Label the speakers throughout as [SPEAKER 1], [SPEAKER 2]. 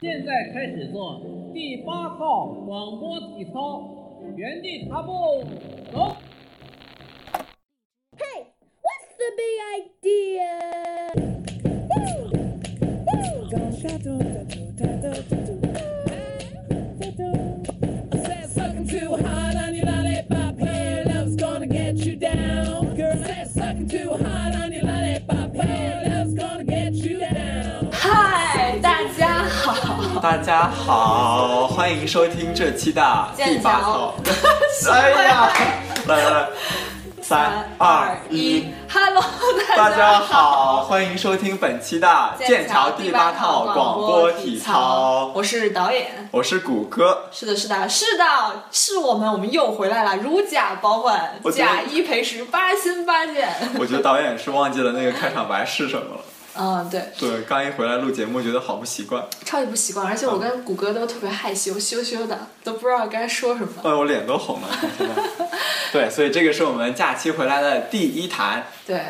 [SPEAKER 1] 现在开始做第八套广播体操，原地踏步，走。
[SPEAKER 2] Hey, what's the big idea? Woo! Woo!
[SPEAKER 3] Said sucking too hard on your lollipop, hey, love's gonna get you down. Girl, said sucking too hard on your lollipop, hey, love's gonna get you down.
[SPEAKER 4] 嗨，大家好，
[SPEAKER 5] 大家好，欢迎收听这期的第八套。哎呀，来来来，三二一，
[SPEAKER 4] ，Hello，
[SPEAKER 5] 大
[SPEAKER 4] 家
[SPEAKER 5] 家好，欢迎收听本期的剑桥第八套广播体操。
[SPEAKER 4] 我是导演，
[SPEAKER 5] 我是谷歌，
[SPEAKER 4] 是的，是的，是的，是我们，我们又回来了，如假包换
[SPEAKER 5] 我，觉得
[SPEAKER 4] 假一赔十，八新八现。
[SPEAKER 5] 我觉得导演是忘记了那个开场白是什么了。
[SPEAKER 4] 嗯，对，
[SPEAKER 5] 对，刚一回来录节目，觉得好不习惯。
[SPEAKER 4] 超级不习惯，而且我跟谷歌都特别害羞，羞羞的，都不知道该说什么。
[SPEAKER 5] 哎，我脸都红了，现在。对，所以这个是我们假期回来的第一谈。
[SPEAKER 4] 对，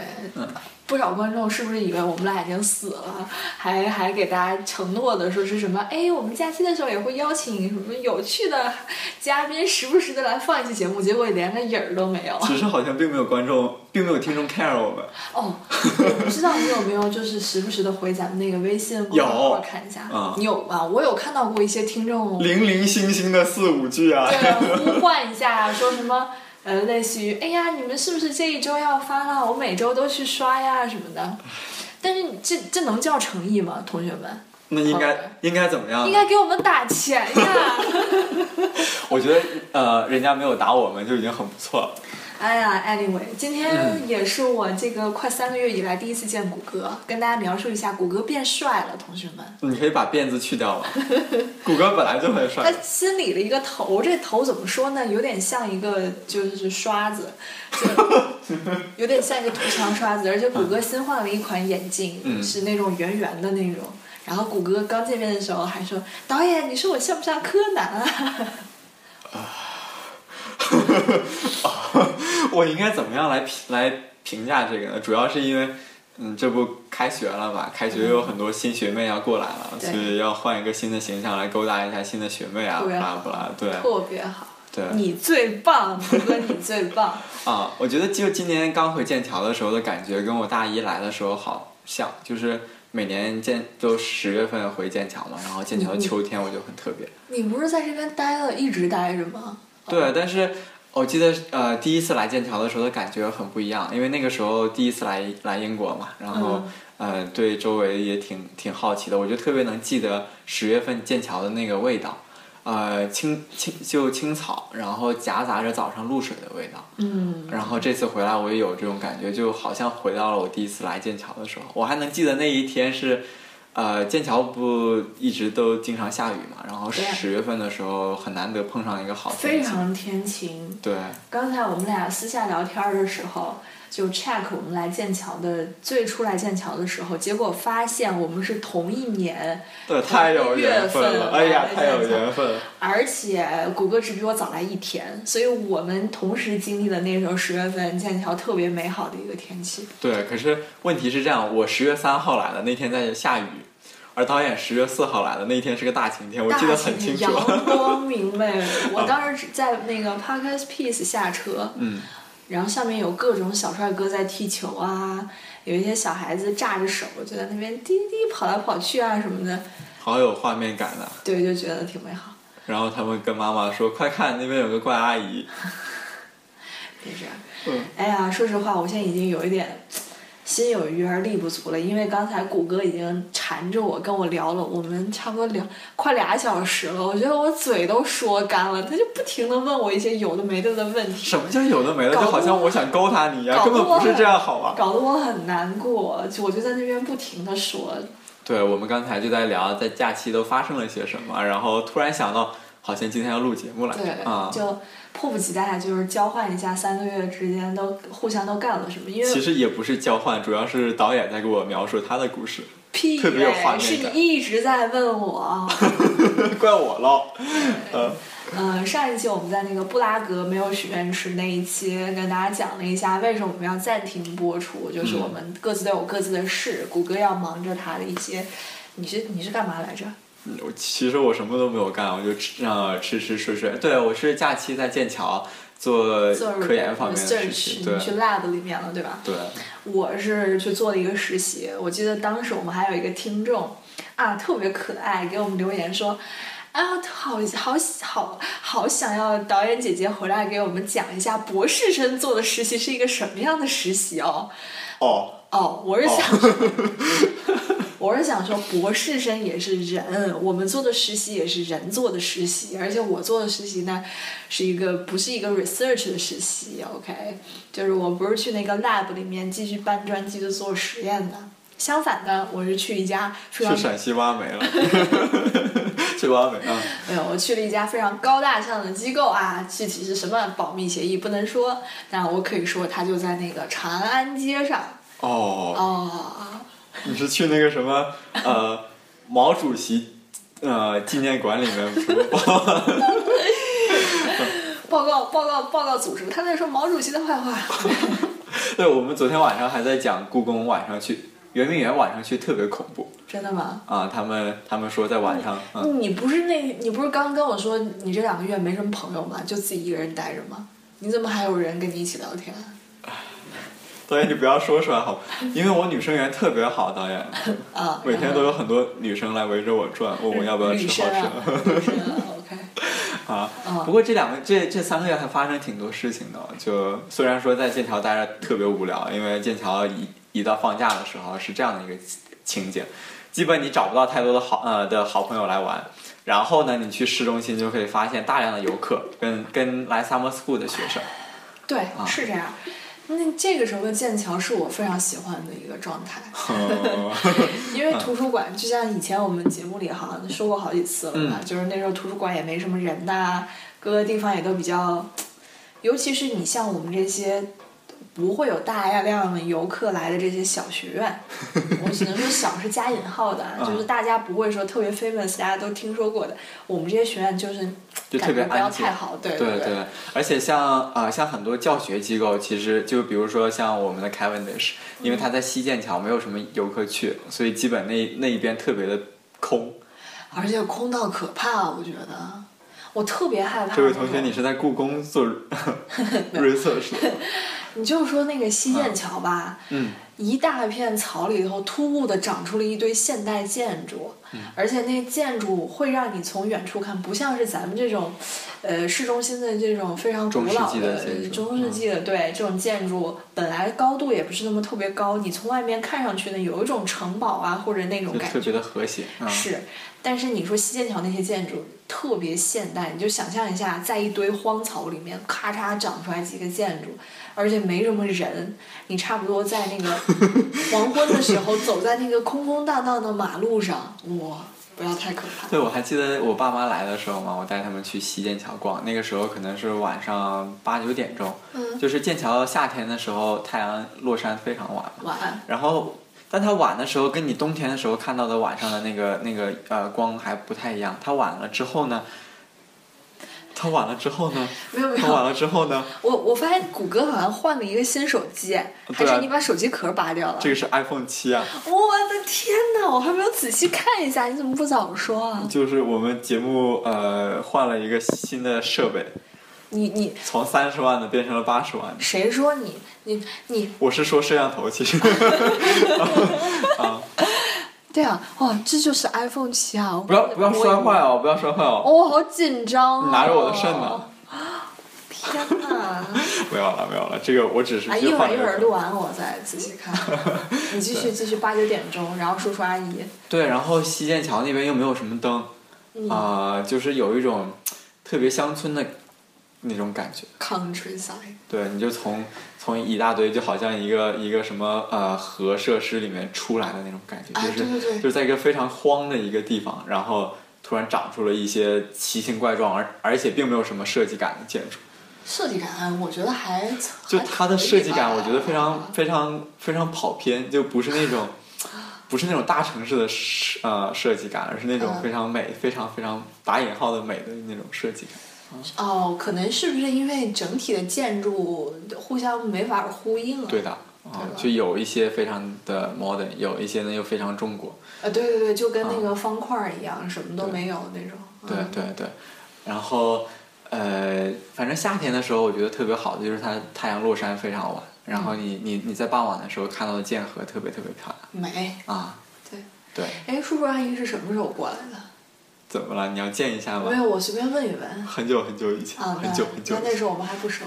[SPEAKER 4] 不少观众是不是以为我们俩已经死了，还还给大家承诺的说是什么？哎，我们假期的时候也会邀请什么有趣的嘉宾，时不时的来放一期节目，结果连个影儿都没有。
[SPEAKER 5] 其实好像并没有观众，并没有听众 care 我们。
[SPEAKER 4] 哦，我不知道你有没有就是时不时的回咱们那个微信公众号
[SPEAKER 5] 有
[SPEAKER 4] 看一下，
[SPEAKER 5] 嗯
[SPEAKER 4] 你有吗？我有看到过一些听众
[SPEAKER 5] 零零星星的四五句啊，
[SPEAKER 4] 对，呼唤一下，说什么呃，类似于哎呀，你们是不是这一周要发了？我每周都去刷呀什么的。但是你这这能叫诚意吗，同学们？
[SPEAKER 5] 那应
[SPEAKER 4] 好的
[SPEAKER 5] 该应该怎么样
[SPEAKER 4] 应
[SPEAKER 5] 呢？
[SPEAKER 4] 该给我们打钱呀！
[SPEAKER 5] 我觉得呃，人家没有打我们就已经很不错了。
[SPEAKER 4] 哎呀，anyway，今天也是我这个快三个月以来第一次见谷歌，跟大家描述一下，谷歌变帅了，同学们。
[SPEAKER 5] 你可以把辫子去掉 吗？谷歌本来就很
[SPEAKER 4] 他
[SPEAKER 5] 帅，
[SPEAKER 4] 新理了一个头，这头怎么说呢？有点像一个就是刷子，就 有点像一个涂墙刷子。而且谷歌新换了一款眼镜，
[SPEAKER 5] 嗯
[SPEAKER 4] 是那种圆圆的那种。然后谷歌刚见面的时候还说：“导演，你说我像不像柯南啊
[SPEAKER 5] 哦 我应该怎么样来评来评价这个呢？主要是因为。嗯，这不开学了嘛？开学又有很多新学妹要过来了，
[SPEAKER 4] 嗯对
[SPEAKER 5] 所以要换一个新的形象来勾搭一下新的学妹啊，
[SPEAKER 4] 特
[SPEAKER 5] 不
[SPEAKER 4] 别
[SPEAKER 5] 啦
[SPEAKER 4] 好
[SPEAKER 5] 不啦，对？”
[SPEAKER 4] 特别好，
[SPEAKER 5] 对。
[SPEAKER 4] 你最棒，谷歌你最棒。
[SPEAKER 5] 啊，我觉得就今年刚回剑桥的时候的感觉，跟我大一来的时候好像，就是每年剑都十月份回剑桥嘛，然后剑桥的秋天我就很特别。
[SPEAKER 4] 你不是在这边待了一直待着吗？嗯
[SPEAKER 5] 对，但是我记得呃第一次来剑桥的时候的感觉很不一样，因为那个时候第一次来来英国嘛，然后、
[SPEAKER 4] 嗯
[SPEAKER 5] 呃对周围也挺挺好奇的，我就特别能记得十月份剑桥的那个味道。呃，青青就青草，然后夹杂着早上露水的味道。
[SPEAKER 4] 嗯，
[SPEAKER 5] 然后这次回来，我也有这种感觉，就好像回到了我第一次来剑桥的时候。我还能记得那一天是，呃，剑桥不一直都经常下雨嘛，然后
[SPEAKER 4] 对啊
[SPEAKER 5] 十月份的时候很难得碰上一个好
[SPEAKER 4] 非
[SPEAKER 5] 天气。
[SPEAKER 4] 常天晴。
[SPEAKER 5] 对，
[SPEAKER 4] 刚才我们俩私下聊天的时候，就 check 我们来剑桥的最初来剑桥的时候，结果发现我们是同一年，
[SPEAKER 5] 对，太有缘分
[SPEAKER 4] 月
[SPEAKER 5] 了，
[SPEAKER 4] 份
[SPEAKER 5] 哎呀，
[SPEAKER 4] 来
[SPEAKER 5] 太有
[SPEAKER 4] 剑桥
[SPEAKER 5] 缘分了。
[SPEAKER 4] 而且谷歌只比我早来一天，所以我们同时经历了那时候十月份剑桥特别美好的一个天气。
[SPEAKER 5] 对，可是问题是这样，我十月三号来的，那天在下雨。而导演十月四号来的那天是个大晴天，我
[SPEAKER 4] 大
[SPEAKER 5] 记得
[SPEAKER 4] 晴
[SPEAKER 5] 很清
[SPEAKER 4] 天，
[SPEAKER 5] 楚。
[SPEAKER 4] 阳光明媚。我当时只在那个 Parkes Piece 下车，
[SPEAKER 5] 嗯，
[SPEAKER 4] 然后下面有各种小帅哥在踢球啊，有一些小孩子炸着手就在那边滴滴跑来跑去啊什么的，
[SPEAKER 5] 好有画面感呐、
[SPEAKER 4] 对，就觉得挺美好。
[SPEAKER 5] 然后他们跟妈妈说：“快看，那边有个怪阿姨。
[SPEAKER 4] 别这样，”
[SPEAKER 5] 嗯，
[SPEAKER 4] 哎呀，说实话，我现在已经有一点。心有余而力不足了，因为刚才谷歌已经缠着我跟我聊了，我们差不多聊快俩小时了，我觉得我嘴都说干了，他就不停的问我一些有的没的的问题。
[SPEAKER 5] 什么叫有的没的？
[SPEAKER 4] 搞
[SPEAKER 5] 就
[SPEAKER 4] 不
[SPEAKER 5] 好像我想勾搭你一样，
[SPEAKER 4] 搞
[SPEAKER 5] 根
[SPEAKER 4] 不
[SPEAKER 5] 本不是这样好吧？
[SPEAKER 4] 搞得我很难过，就我就在那边不停的说，
[SPEAKER 5] 对，我们刚才就在聊在假期都发生了些什么，然后突然想到，好像今天要录节目来
[SPEAKER 4] 对，
[SPEAKER 5] 着啊。
[SPEAKER 4] 就迫不及待，就是交换一下三个月之间都互相都干了什么，因
[SPEAKER 5] 其
[SPEAKER 4] 为
[SPEAKER 5] 实也不是交换，主要是导演在给我描述他的故事，
[SPEAKER 4] 屁
[SPEAKER 5] 特别有画
[SPEAKER 4] 嘞，
[SPEAKER 5] 面
[SPEAKER 4] 是你
[SPEAKER 5] 感
[SPEAKER 4] 一直在问我。
[SPEAKER 5] 怪我喽。
[SPEAKER 4] 嗯，上一期我们在那个布拉格没有许愿池那一期跟大家讲了一下为什么我们要暂停播出，就是
[SPEAKER 5] 嗯
[SPEAKER 4] 我们各自都有各自的事，谷歌要忙着他的一些，你是你是干嘛来着？
[SPEAKER 5] 我其实我什么都没有干，我就吃呃吃吃睡睡。对，我是假期在剑桥做
[SPEAKER 4] 做
[SPEAKER 5] 呃科研方面的事
[SPEAKER 4] research，
[SPEAKER 5] 情，
[SPEAKER 4] 呃你
[SPEAKER 5] 对
[SPEAKER 4] 去 lab 里面了，对吧？
[SPEAKER 5] 对，
[SPEAKER 4] 我是去做了一个实习，我记得当时我们还有一个听众啊，特别可爱，给我们留言说。哎呀，好好好好想要导演姐姐回来给我们讲一下博士生做的实习是一个什么样的实习哦。
[SPEAKER 5] 哦，
[SPEAKER 4] 哦，我是想说， 我是想说，博士生也是人，我们做的实习也是人做的实习，而且我做的实习呢，是一个不是一个 research 的实习，OK，就是我不是去那个 lab 里面继续搬砖、继续做实验的，相反的，我是去一家非
[SPEAKER 5] 去
[SPEAKER 4] 常
[SPEAKER 5] 陕西挖煤 了， 去挖煤啊，
[SPEAKER 4] 没哎有，我去了一家非常高大上的机构啊，具体是什么保密协议不能说，但我可以说它就在那个长安街上
[SPEAKER 5] 哦，
[SPEAKER 4] 哦。
[SPEAKER 5] 你是去那个什么呃毛主席呃纪念馆里面不是 报
[SPEAKER 4] 报告报告报告组织，他在说毛主席的坏话。
[SPEAKER 5] 对，我们昨天晚上还在讲故宫晚上去圆明园晚上去特别恐怖
[SPEAKER 4] 真的吗？
[SPEAKER 5] 啊、他们他们说在晚上嗯。
[SPEAKER 4] 你不是那，你不是刚跟我说你这两个月没什么朋友吗？就自己一个人待着吗？你怎么还有人跟你一起聊天？啊
[SPEAKER 5] 导演，你不要说出来好吗，因为我女生缘特别好，导演，
[SPEAKER 4] 啊，
[SPEAKER 5] 每天都有很多女生来围着我转，问我要不要吃
[SPEAKER 4] 女
[SPEAKER 5] 好
[SPEAKER 4] 生
[SPEAKER 5] 吃
[SPEAKER 4] 啊，女生啊，OK，
[SPEAKER 5] 的啊
[SPEAKER 4] 嗯。
[SPEAKER 5] 不过这两个这这三个月还发生挺多事情的，哦就虽然说在剑桥待着特别无聊，因为剑桥一一到放假的时候是这样的一个情景，基本你找不到太多的好呃的好朋友来玩。然后呢，你去市中心就可以发现大量的游客跟跟来 summer school 的学生，
[SPEAKER 4] 对，
[SPEAKER 5] 啊
[SPEAKER 4] 是这样。那这个时候的剑桥是我非常喜欢的一个状态，
[SPEAKER 5] 嗯
[SPEAKER 4] 因为图书馆就像以前我们节目里好像说过好几次了嘛，
[SPEAKER 5] 嗯
[SPEAKER 4] 就是那时候图书馆也没什么人呐，各个地方也都比较，尤其是你像我们这些不会有大量的游客来的这些小学院，我只能说小是加引号的啊，
[SPEAKER 5] 嗯
[SPEAKER 4] 就是大家不会说特别 famous，大家都听说过的，我们这些学院就是
[SPEAKER 5] 就特
[SPEAKER 4] 感
[SPEAKER 5] 别
[SPEAKER 4] 觉不要
[SPEAKER 5] 安静
[SPEAKER 4] 太好，对
[SPEAKER 5] 对
[SPEAKER 4] 对，
[SPEAKER 5] 而且像呃像很多教学机构，其实就比如说像我们的 Cavendish，因为
[SPEAKER 4] 嗯
[SPEAKER 5] 它在西剑桥没有什么游客去，所以基本那那一边特别的空。
[SPEAKER 4] 而且空到可怕，我觉得。我特别害怕。
[SPEAKER 5] 这位同学，你是在故宫 做 research？的
[SPEAKER 4] 你就说那个西剑桥吧，
[SPEAKER 5] 嗯，
[SPEAKER 4] 一大片草里头突兀的长出了一堆现代建筑，
[SPEAKER 5] 嗯
[SPEAKER 4] 而且那建筑会让你从远处看，不像是咱们这种，呃，市中心的这种非常古老
[SPEAKER 5] 中世纪的建筑嗯
[SPEAKER 4] 中世纪的对这种建筑，本来高度也不是那么特别高，你从外面看上去呢，有一种城堡啊或者那种
[SPEAKER 5] 就
[SPEAKER 4] 感
[SPEAKER 5] 特别
[SPEAKER 4] 觉。
[SPEAKER 5] 的和谐。嗯、
[SPEAKER 4] 是，但是你说西剑桥那些建筑特别现代，你就想象一下，在一堆荒草里面咔嚓长出来几个建筑，而且没什么人，你差不多在那 个黄昏的时候走在那个空空荡荡的马路上，哇，不要太可怕。
[SPEAKER 5] 对，我还记得我爸妈来的时候嘛，我带他们去西剑桥逛，那个时候可能是晚上八九点钟，
[SPEAKER 4] 嗯
[SPEAKER 5] 就是剑桥夏天的时候太阳落山非常晚嘛，
[SPEAKER 4] 晚安。
[SPEAKER 5] 然后，但它晚的时候跟你冬天的时候看到的晚上的那个那个呃光还不太一样。它晚了之后呢，它晚了之后呢，
[SPEAKER 4] 没有没
[SPEAKER 5] 它晚
[SPEAKER 4] 有，
[SPEAKER 5] 了之后呢，
[SPEAKER 4] 我我发现谷歌好像换了一个新手机，还是你把手机壳拔掉了？
[SPEAKER 5] 啊这个是 iPhone 七啊，
[SPEAKER 4] 我的天哪，我还没有仔细看一下，你怎么不早说啊？
[SPEAKER 5] 就是我们节目呃换了一个新的设备，
[SPEAKER 4] 你你
[SPEAKER 5] 从三十万的变成了八十万的。
[SPEAKER 4] 谁说你你你
[SPEAKER 5] 我是说摄像头，其实
[SPEAKER 4] 对啊，哇，这就是 iPhone 七啊！
[SPEAKER 5] 不要不要摔坏哦，不要摔坏哦，
[SPEAKER 4] 我！我、好紧张、哦！
[SPEAKER 5] 拿着我的肾呢？
[SPEAKER 4] 天 哪！
[SPEAKER 5] 没有了没有了，这个我只是
[SPEAKER 4] 哎，
[SPEAKER 5] 去
[SPEAKER 4] 一会
[SPEAKER 5] 换
[SPEAKER 4] 儿
[SPEAKER 5] 了
[SPEAKER 4] 一
[SPEAKER 5] 一
[SPEAKER 4] 会
[SPEAKER 5] 个
[SPEAKER 4] 儿录完我再仔细 看。你继续继续，八九点钟，然后叔叔阿姨，
[SPEAKER 5] 对，然后西剑桥那边又没有什么灯，啊、
[SPEAKER 4] 嗯
[SPEAKER 5] 啊就是有一种特别乡村的那种感觉。
[SPEAKER 4] countryside。
[SPEAKER 5] 对，你就从从一大堆，就好像一个一个什么呃核设施里面出来的那种感觉，
[SPEAKER 4] 啊
[SPEAKER 5] 就是、
[SPEAKER 4] 对对对
[SPEAKER 5] 就是在一个非常荒的一个地方，然后突然长出了一些奇形怪状，而而且并没有什么设计感的建筑。
[SPEAKER 4] 设计感，我觉得还
[SPEAKER 5] 就
[SPEAKER 4] 还
[SPEAKER 5] 它的
[SPEAKER 4] 可以
[SPEAKER 5] 设计
[SPEAKER 4] 吧
[SPEAKER 5] 感，我觉得非常非常非常跑偏，就不是那种不是那种大城市的设呃设计感，而是那种
[SPEAKER 4] 嗯
[SPEAKER 5] 非常美、非常非常打引号的美的那种设计感。
[SPEAKER 4] 哦，可能是不是因为整体的建筑互相没法呼应啊？
[SPEAKER 5] 对的，啊、就有一些非常的 modern，有一些呢又非常中国，
[SPEAKER 4] 呃，对对对，就跟那个方块儿一样，什么都
[SPEAKER 5] 啊对
[SPEAKER 4] 没有的那种。
[SPEAKER 5] 对
[SPEAKER 4] 嗯
[SPEAKER 5] 对对，然后呃，反正夏天的时候我觉得特别好的就是它太阳落山非常晚，然后你你你在傍晚的时候看到的剑河特别特别漂
[SPEAKER 4] 美。
[SPEAKER 5] 亮啊，
[SPEAKER 4] 对，
[SPEAKER 5] 对，
[SPEAKER 4] 哎，叔叔阿姨是什么时候过来的？
[SPEAKER 5] 怎么了？你要见一下吗
[SPEAKER 4] 没？有，我随便问一 问。
[SPEAKER 5] 很久很久以前，
[SPEAKER 4] 啊，
[SPEAKER 5] 很
[SPEAKER 4] 那
[SPEAKER 5] 久很久以
[SPEAKER 4] 那那
[SPEAKER 5] 前，
[SPEAKER 4] 时候我们还不 熟，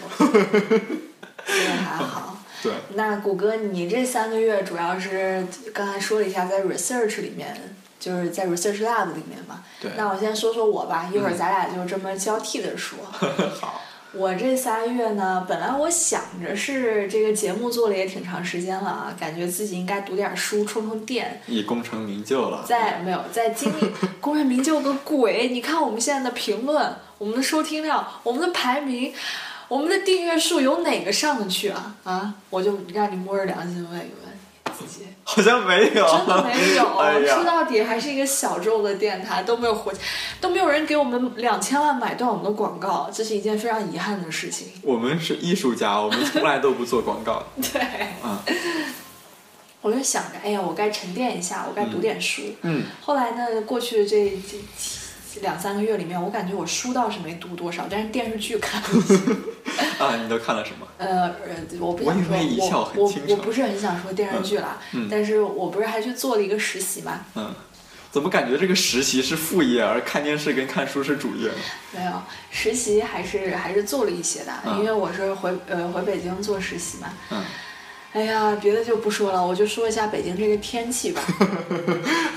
[SPEAKER 4] 也还好。
[SPEAKER 5] 对。
[SPEAKER 4] 那谷歌，你这三个月主要是刚才说了一下，在 research 里面，就是在 research lab 里面嘛。
[SPEAKER 5] 对
[SPEAKER 4] 那我先说说我吧，一会儿咱俩就这么交替的 说。
[SPEAKER 5] 好，
[SPEAKER 4] 我这仨月呢，本来我想着是这个节目做了也挺长时间了啊，感觉自己应该读点书充充电。
[SPEAKER 5] 已功成名就了。
[SPEAKER 4] 在没有在经历功成名就个鬼！你看我们现在的评论，我们的收听量，我们的排名，我们的订阅数，有哪个上得去啊？啊！我就让你摸着良心问一问自己，
[SPEAKER 5] 好像没有，
[SPEAKER 4] 真的没有。
[SPEAKER 5] 啊 哎呀
[SPEAKER 4] 说到底还是一个小众的电台，都没有火起，都没有人给我们两千万买断我们的广告，这是一件非常遗憾的事情。
[SPEAKER 5] 我们是艺术家，我们从来都不做 广告。
[SPEAKER 4] 对，
[SPEAKER 5] 啊
[SPEAKER 4] 我就想着，哎呀，我该沉淀一下，我该读点书。
[SPEAKER 5] 嗯，
[SPEAKER 4] 后来呢，过去这这这两三个月里面，我感觉我书倒是没读多少，但是电视剧看了 一些。
[SPEAKER 5] 啊，你都看了什么？
[SPEAKER 4] 呃，呃我不
[SPEAKER 5] 我
[SPEAKER 4] 想
[SPEAKER 5] 以
[SPEAKER 4] 说，
[SPEAKER 5] 为一笑
[SPEAKER 4] 我
[SPEAKER 5] 很
[SPEAKER 4] 我
[SPEAKER 5] 倾
[SPEAKER 4] 我
[SPEAKER 5] 城
[SPEAKER 4] 不是很想说电视剧啦，
[SPEAKER 5] 嗯嗯
[SPEAKER 4] 但是我不是还去做了一个实习嘛？
[SPEAKER 5] 嗯，怎么感觉这个实习是副业，而看电视跟看书是主业呢？
[SPEAKER 4] 没有，实习还是还是做了一些的，
[SPEAKER 5] 嗯
[SPEAKER 4] 因为我是回呃回北京做实习嘛。
[SPEAKER 5] 嗯，
[SPEAKER 4] 哎呀，别的就不说了，我就说一下北京这个天气吧。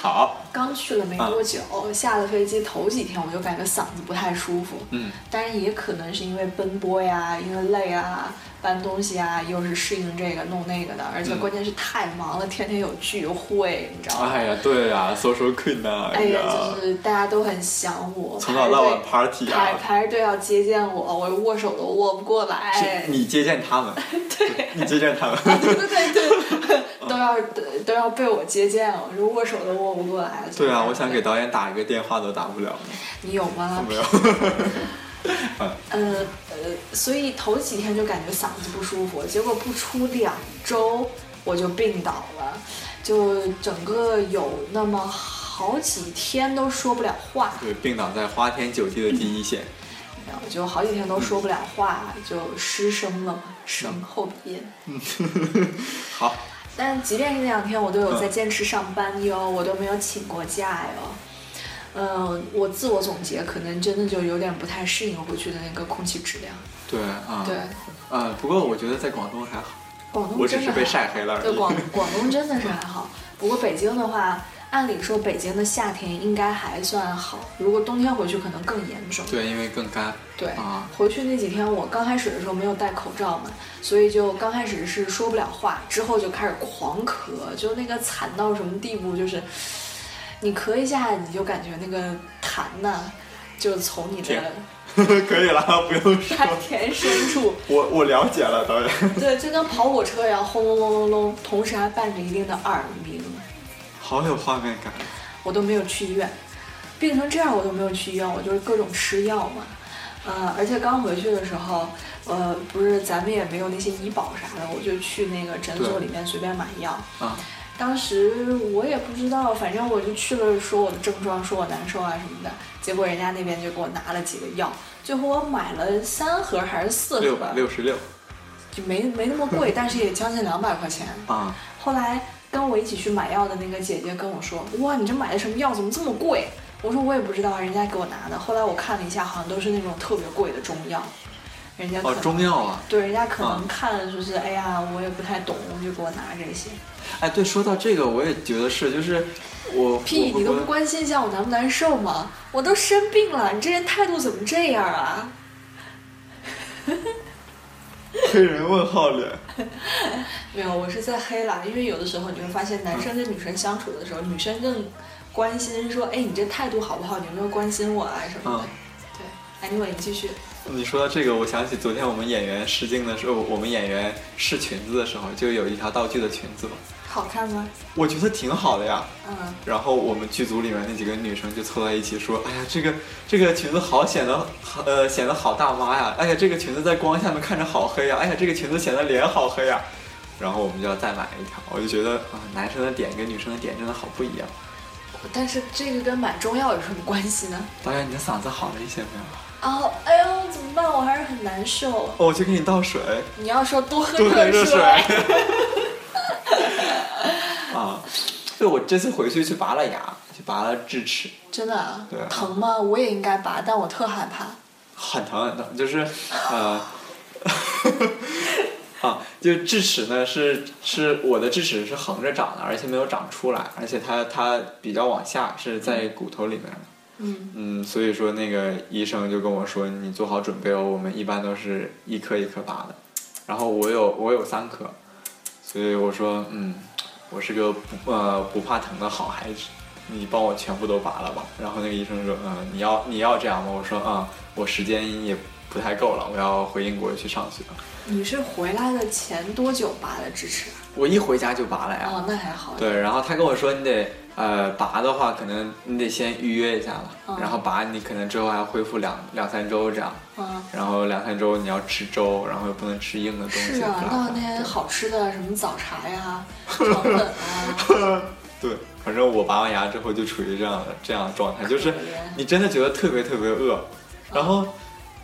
[SPEAKER 5] 好，
[SPEAKER 4] 刚去了
[SPEAKER 5] 啊
[SPEAKER 4] 没多久，下了飞机头几天我就感觉嗓子不太舒服，
[SPEAKER 5] 嗯，
[SPEAKER 4] 但是也可能是因为奔波呀，因为累啊，搬东西啊，又是适应这个弄那个的，而且
[SPEAKER 5] 嗯
[SPEAKER 4] 关键是太忙了，天天有聚会，你知道吗？
[SPEAKER 5] 哎呀，对呀，social queen 呐，
[SPEAKER 4] 哎呀，
[SPEAKER 5] 呀
[SPEAKER 4] 就，是大家都很想我，
[SPEAKER 5] 从早到晚
[SPEAKER 4] 排
[SPEAKER 5] party
[SPEAKER 4] 队排
[SPEAKER 5] 啊，
[SPEAKER 4] 排着队要接见我，我握手都握不过来
[SPEAKER 5] 是。你接见他们，对，你接见他们，
[SPEAKER 4] 对 对对，都要都要被我接见，我说握手都握不过来。
[SPEAKER 5] 对啊，我想给导演打一个电话都打不了呢，
[SPEAKER 4] 你有吗？
[SPEAKER 5] 没有，
[SPEAKER 4] 呃呃，所以头几天就感觉嗓子不舒服，结果不出两周我就病倒了，就整个有那么好几天都说不了话，
[SPEAKER 5] 对，病倒在花天酒地的第一线，
[SPEAKER 4] 然后就好几天都说不了话，就失声了嘛，
[SPEAKER 5] 嗯
[SPEAKER 4] 声后鼻音。
[SPEAKER 5] 好，
[SPEAKER 4] 但即便是那两天，我都
[SPEAKER 5] 嗯
[SPEAKER 4] 有在坚持上班哟，我都没有请过假哟。嗯，我自我总结，可能真的就有点不太适应回去的那个空气质量。
[SPEAKER 5] 对啊，
[SPEAKER 4] 对，
[SPEAKER 5] 啊，不过我觉得在广东还好，
[SPEAKER 4] 广东
[SPEAKER 5] 我只
[SPEAKER 4] 真
[SPEAKER 5] 是
[SPEAKER 4] 的
[SPEAKER 5] 被
[SPEAKER 4] 还好
[SPEAKER 5] 晒黑了而
[SPEAKER 4] 对
[SPEAKER 5] 已。
[SPEAKER 4] 广广东真的是还好，不过北京的话，按理说北京的夏天应该还算好，如果冬天回去可能更严重。
[SPEAKER 5] 对，因为更干。
[SPEAKER 4] 对，
[SPEAKER 5] 啊
[SPEAKER 4] 回去那几天我刚开始的时候没有戴口罩嘛，所以就刚开始是说不了话，之后就开始狂咳，就那个惨到什么地步，就是你咳一下，你就感觉那个痰呐、就从你
[SPEAKER 5] 停
[SPEAKER 4] 的
[SPEAKER 5] 可以了，啊不用 说
[SPEAKER 4] 丹田深处
[SPEAKER 5] 我我了解了，导演。
[SPEAKER 4] 对，就跟跑火车一样，轰隆隆隆隆，同时还伴着一定的耳鸣，
[SPEAKER 5] 好有画面感。
[SPEAKER 4] 我都没有去医院，病成这样我都没有去医院，我就是各种吃药嘛。呃，而且刚回去的时候，呃，不是咱们也没有那些医保啥的，我就去那个诊所
[SPEAKER 5] 对
[SPEAKER 4] 里面随便买药。
[SPEAKER 5] 啊，
[SPEAKER 4] 当时我也不知道，反正我就去了，说我的症状，说我难受啊什么的。结果人家那边就给我拿了几个药，最后我买了三盒还嗯是四盒，
[SPEAKER 5] 六百六十六
[SPEAKER 4] 就没没那么贵，但是也将近两百块钱。
[SPEAKER 5] 啊，
[SPEAKER 4] 后来跟我一起去买药的那个姐姐跟我说：“哇，你这买的什么药？怎么这么贵？”我说：“我也不知道啊，人家给我拿的。”后来我看了一下，好像都是那种特别贵的中药，人家可
[SPEAKER 5] 哦，
[SPEAKER 4] 能、
[SPEAKER 5] 中药啊。
[SPEAKER 4] 对人家可能
[SPEAKER 5] 嗯
[SPEAKER 4] 看就是、哎呀，我也不太懂，就给我拿这些。
[SPEAKER 5] 哎，对，说到这个，我也觉得是，就是我
[SPEAKER 4] 屁，
[SPEAKER 5] 我
[SPEAKER 4] 你都
[SPEAKER 5] 我
[SPEAKER 4] 不关心一下我难不难受吗？我都生病了，你这人态度怎么这样啊？
[SPEAKER 5] 黑人问号脸。
[SPEAKER 4] 没有，我是在黑啦，因为有的时候你会发现，男生跟女生相处的时候，女生更关心说，哎，你这态度好不好？你有没有关心我啊什么的。
[SPEAKER 5] 嗯
[SPEAKER 4] 对，哎，你你继续。
[SPEAKER 5] 你说到这个，我想起昨天我们演员试镜的时候，我们演员试裙子的时候，就有一条道具的裙子嘛，
[SPEAKER 4] 好看吗？
[SPEAKER 5] 我觉得挺好的呀。
[SPEAKER 4] 嗯，
[SPEAKER 5] 然后我们剧组里面那几个女生就凑在一起说：“哎呀，这个这个裙子好显得呃显得好大妈呀！哎呀，这个裙子在光下面看着好黑呀！哎呀，这个裙子显得脸好黑呀！”然后我们就要再买一条。我就觉得啊，男生的点跟女生的点真的好不一样。
[SPEAKER 4] 但是这个跟买中药有什么关系呢？
[SPEAKER 5] 导演，你的嗓子好了一些没有？
[SPEAKER 4] 哦，哎呦，怎么办？我还是很难受。
[SPEAKER 5] 哦，我去给你倒水，
[SPEAKER 4] 你要说多喝
[SPEAKER 5] 多喝
[SPEAKER 4] 点
[SPEAKER 5] 热水
[SPEAKER 4] 水，。
[SPEAKER 5] 啊，对，我这次回去去拔了牙，去拔了智齿，
[SPEAKER 4] 真的啊
[SPEAKER 5] 对啊
[SPEAKER 4] 疼吗？我也应该拔，但我特害怕。
[SPEAKER 5] 很疼很疼，就是呃， 啊，就是智齿呢是是我的智齿是横着长的，而且没有长出来，而且它它比较往下，是在骨头里面的。
[SPEAKER 4] 嗯，
[SPEAKER 5] 嗯，所以说那个医生就跟我说，你做好准备哦，我们一般都是一颗一颗拔的，然后我有我有三颗，所以我说，嗯，我是个不呃不怕疼的好孩子，你帮我全部都拔了吧。 然后那个医生说，嗯、你要你要这样吗？我说，啊、我时间也不太够了，我要回英国去上学。
[SPEAKER 4] 你是回来的前多久拔的智齿啊？
[SPEAKER 5] 我一回家就拔了呀。
[SPEAKER 4] 哦，那还好。
[SPEAKER 5] 对，然后他跟我说你得呃拔的话，可能你得先预约一下吧，
[SPEAKER 4] 嗯
[SPEAKER 5] 然后拔你可能之后还要恢复两两三周这样，
[SPEAKER 4] 嗯，
[SPEAKER 5] 然后两三周你要吃粥，然后又不能吃硬的东西，
[SPEAKER 4] 是啊，
[SPEAKER 5] 很麻
[SPEAKER 4] 那
[SPEAKER 5] 烦
[SPEAKER 4] 那些好吃的什么早茶呀、 肠粉啊，
[SPEAKER 5] 对，反正我拔完牙之后就处于这样的这样的状态，就是
[SPEAKER 4] 可怜嗯
[SPEAKER 5] 你真的觉得特别特别饿，然后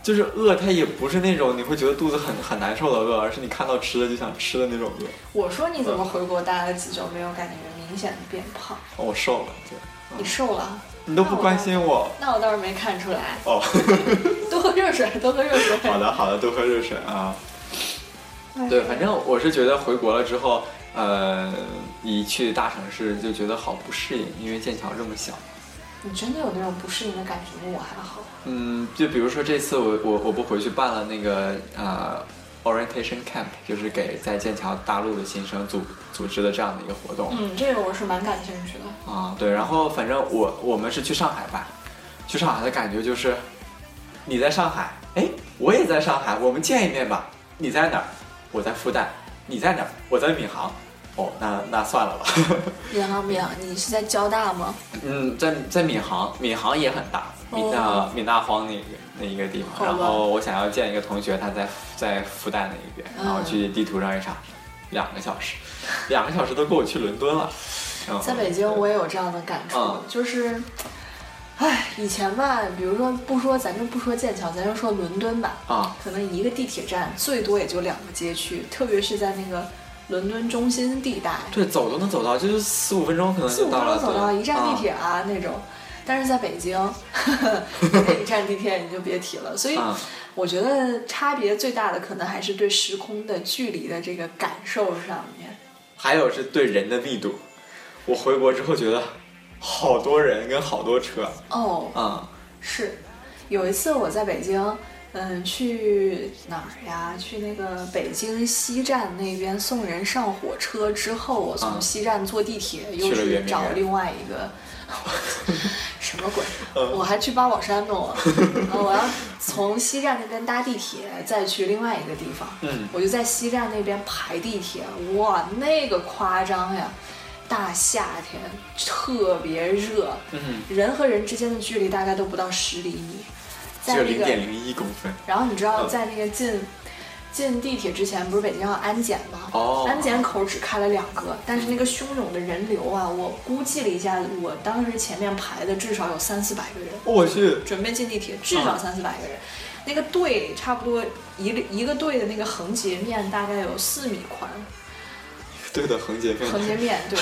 [SPEAKER 5] 就是饿，它也不是那种你会觉得肚子很很难受的饿，而是你看到吃的就想吃的那种饿。
[SPEAKER 4] 我说你
[SPEAKER 5] 嗯
[SPEAKER 4] 怎么回国待了几周没有感觉明显的变胖？
[SPEAKER 5] 哦，我瘦了，对，
[SPEAKER 4] 你瘦了？
[SPEAKER 5] 你都不关心我
[SPEAKER 4] 那我倒是没看出来。
[SPEAKER 5] 哦。
[SPEAKER 4] 多喝热水，多喝热水。哎
[SPEAKER 5] 好的，好的，多喝热水啊。
[SPEAKER 4] 嗯
[SPEAKER 5] 对，反正我是觉得回国了之后，呃，一去大城市就觉得好不适应，因为剑桥这么小。
[SPEAKER 4] 你真的有那种不适应的感觉吗？我还好。
[SPEAKER 5] 嗯，就比如说这次我我我不回去办了那个呃 orientation camp，就是给在剑桥大陆的新生组组织的这样的一个活动。
[SPEAKER 4] 嗯，这个我是蛮感兴趣的。
[SPEAKER 5] 啊，对，然后反正我我们是去上海办，去上海的感觉就是，你在上海，哎，我也在上海，我们见一面吧。你在哪儿？我在复旦。你在哪儿？我在闵行。哦，那那算了吧。
[SPEAKER 4] 银行不行？你是在交大吗？
[SPEAKER 5] 嗯，在在闵行，闵行也很大，闵大、闵大荒那个那一个地
[SPEAKER 4] 哦好
[SPEAKER 5] 方。
[SPEAKER 4] 吧
[SPEAKER 5] 然后我想要见一个同学，他在在复旦那一边，
[SPEAKER 4] 嗯
[SPEAKER 5] 然后去地图上一查，两个小时，两个小时都够我去伦敦了。然后
[SPEAKER 4] 在北京，我也有这样的感触，
[SPEAKER 5] 嗯
[SPEAKER 4] 就是，唉，以前吧，比如说不说，咱就不说剑桥，咱就说伦敦吧，
[SPEAKER 5] 啊
[SPEAKER 4] 可能一个地铁站最多也就两个街区，特别是在那个伦敦中心地带，
[SPEAKER 5] 对，走都能走到，就是四五分钟可能
[SPEAKER 4] 四
[SPEAKER 5] 就
[SPEAKER 4] 五分
[SPEAKER 5] 到了。
[SPEAKER 4] 钟走到
[SPEAKER 5] 对
[SPEAKER 4] 一站地铁啊、那种。但是在北京， 那一站地铁你就别提了。所以
[SPEAKER 5] 嗯
[SPEAKER 4] 我觉得差别最大的可能还是对时空的距离的这个感受上面。
[SPEAKER 5] 还有是对人的密度，我回国之后觉得好多人跟好多车
[SPEAKER 4] 哦，
[SPEAKER 5] 啊、
[SPEAKER 4] 是，有一次我在北京，嗯，去哪儿呀？去那个北京西站那边送人上火车之后，我从
[SPEAKER 5] 嗯
[SPEAKER 4] 西站坐地铁，
[SPEAKER 5] 去
[SPEAKER 4] 又
[SPEAKER 5] 了圆
[SPEAKER 4] 是
[SPEAKER 5] 明
[SPEAKER 4] 找
[SPEAKER 5] 园
[SPEAKER 4] 另外一个。什么鬼？
[SPEAKER 5] 嗯
[SPEAKER 4] 我还去八宝山弄 了，呃我要从西站那边搭地铁，再去另外一个地方。
[SPEAKER 5] 嗯
[SPEAKER 4] 我就在西站那边排地铁，哇，那个夸张呀！大夏天特别热，
[SPEAKER 5] 嗯，
[SPEAKER 4] 人和人之间的距离大概都不到十厘米，
[SPEAKER 5] 只
[SPEAKER 4] 在
[SPEAKER 5] 有
[SPEAKER 4] 那
[SPEAKER 5] 零
[SPEAKER 4] 个
[SPEAKER 5] 点，零一公分。
[SPEAKER 4] 然后你知道
[SPEAKER 5] 嗯
[SPEAKER 4] 在那个进、进地铁之前，不是北京要安检吗？
[SPEAKER 5] 哦
[SPEAKER 4] 安检口只开了两个，但是那个汹涌的人流啊，我估计了一下，我当时前面排的至少有三四百个人，
[SPEAKER 5] 我去，
[SPEAKER 4] 准备进地铁至少
[SPEAKER 5] 嗯
[SPEAKER 4] 三四百个人，那个队差不多一一个队的那个横截面大概有四米宽，
[SPEAKER 5] 对的，横截面。
[SPEAKER 4] 横截面对，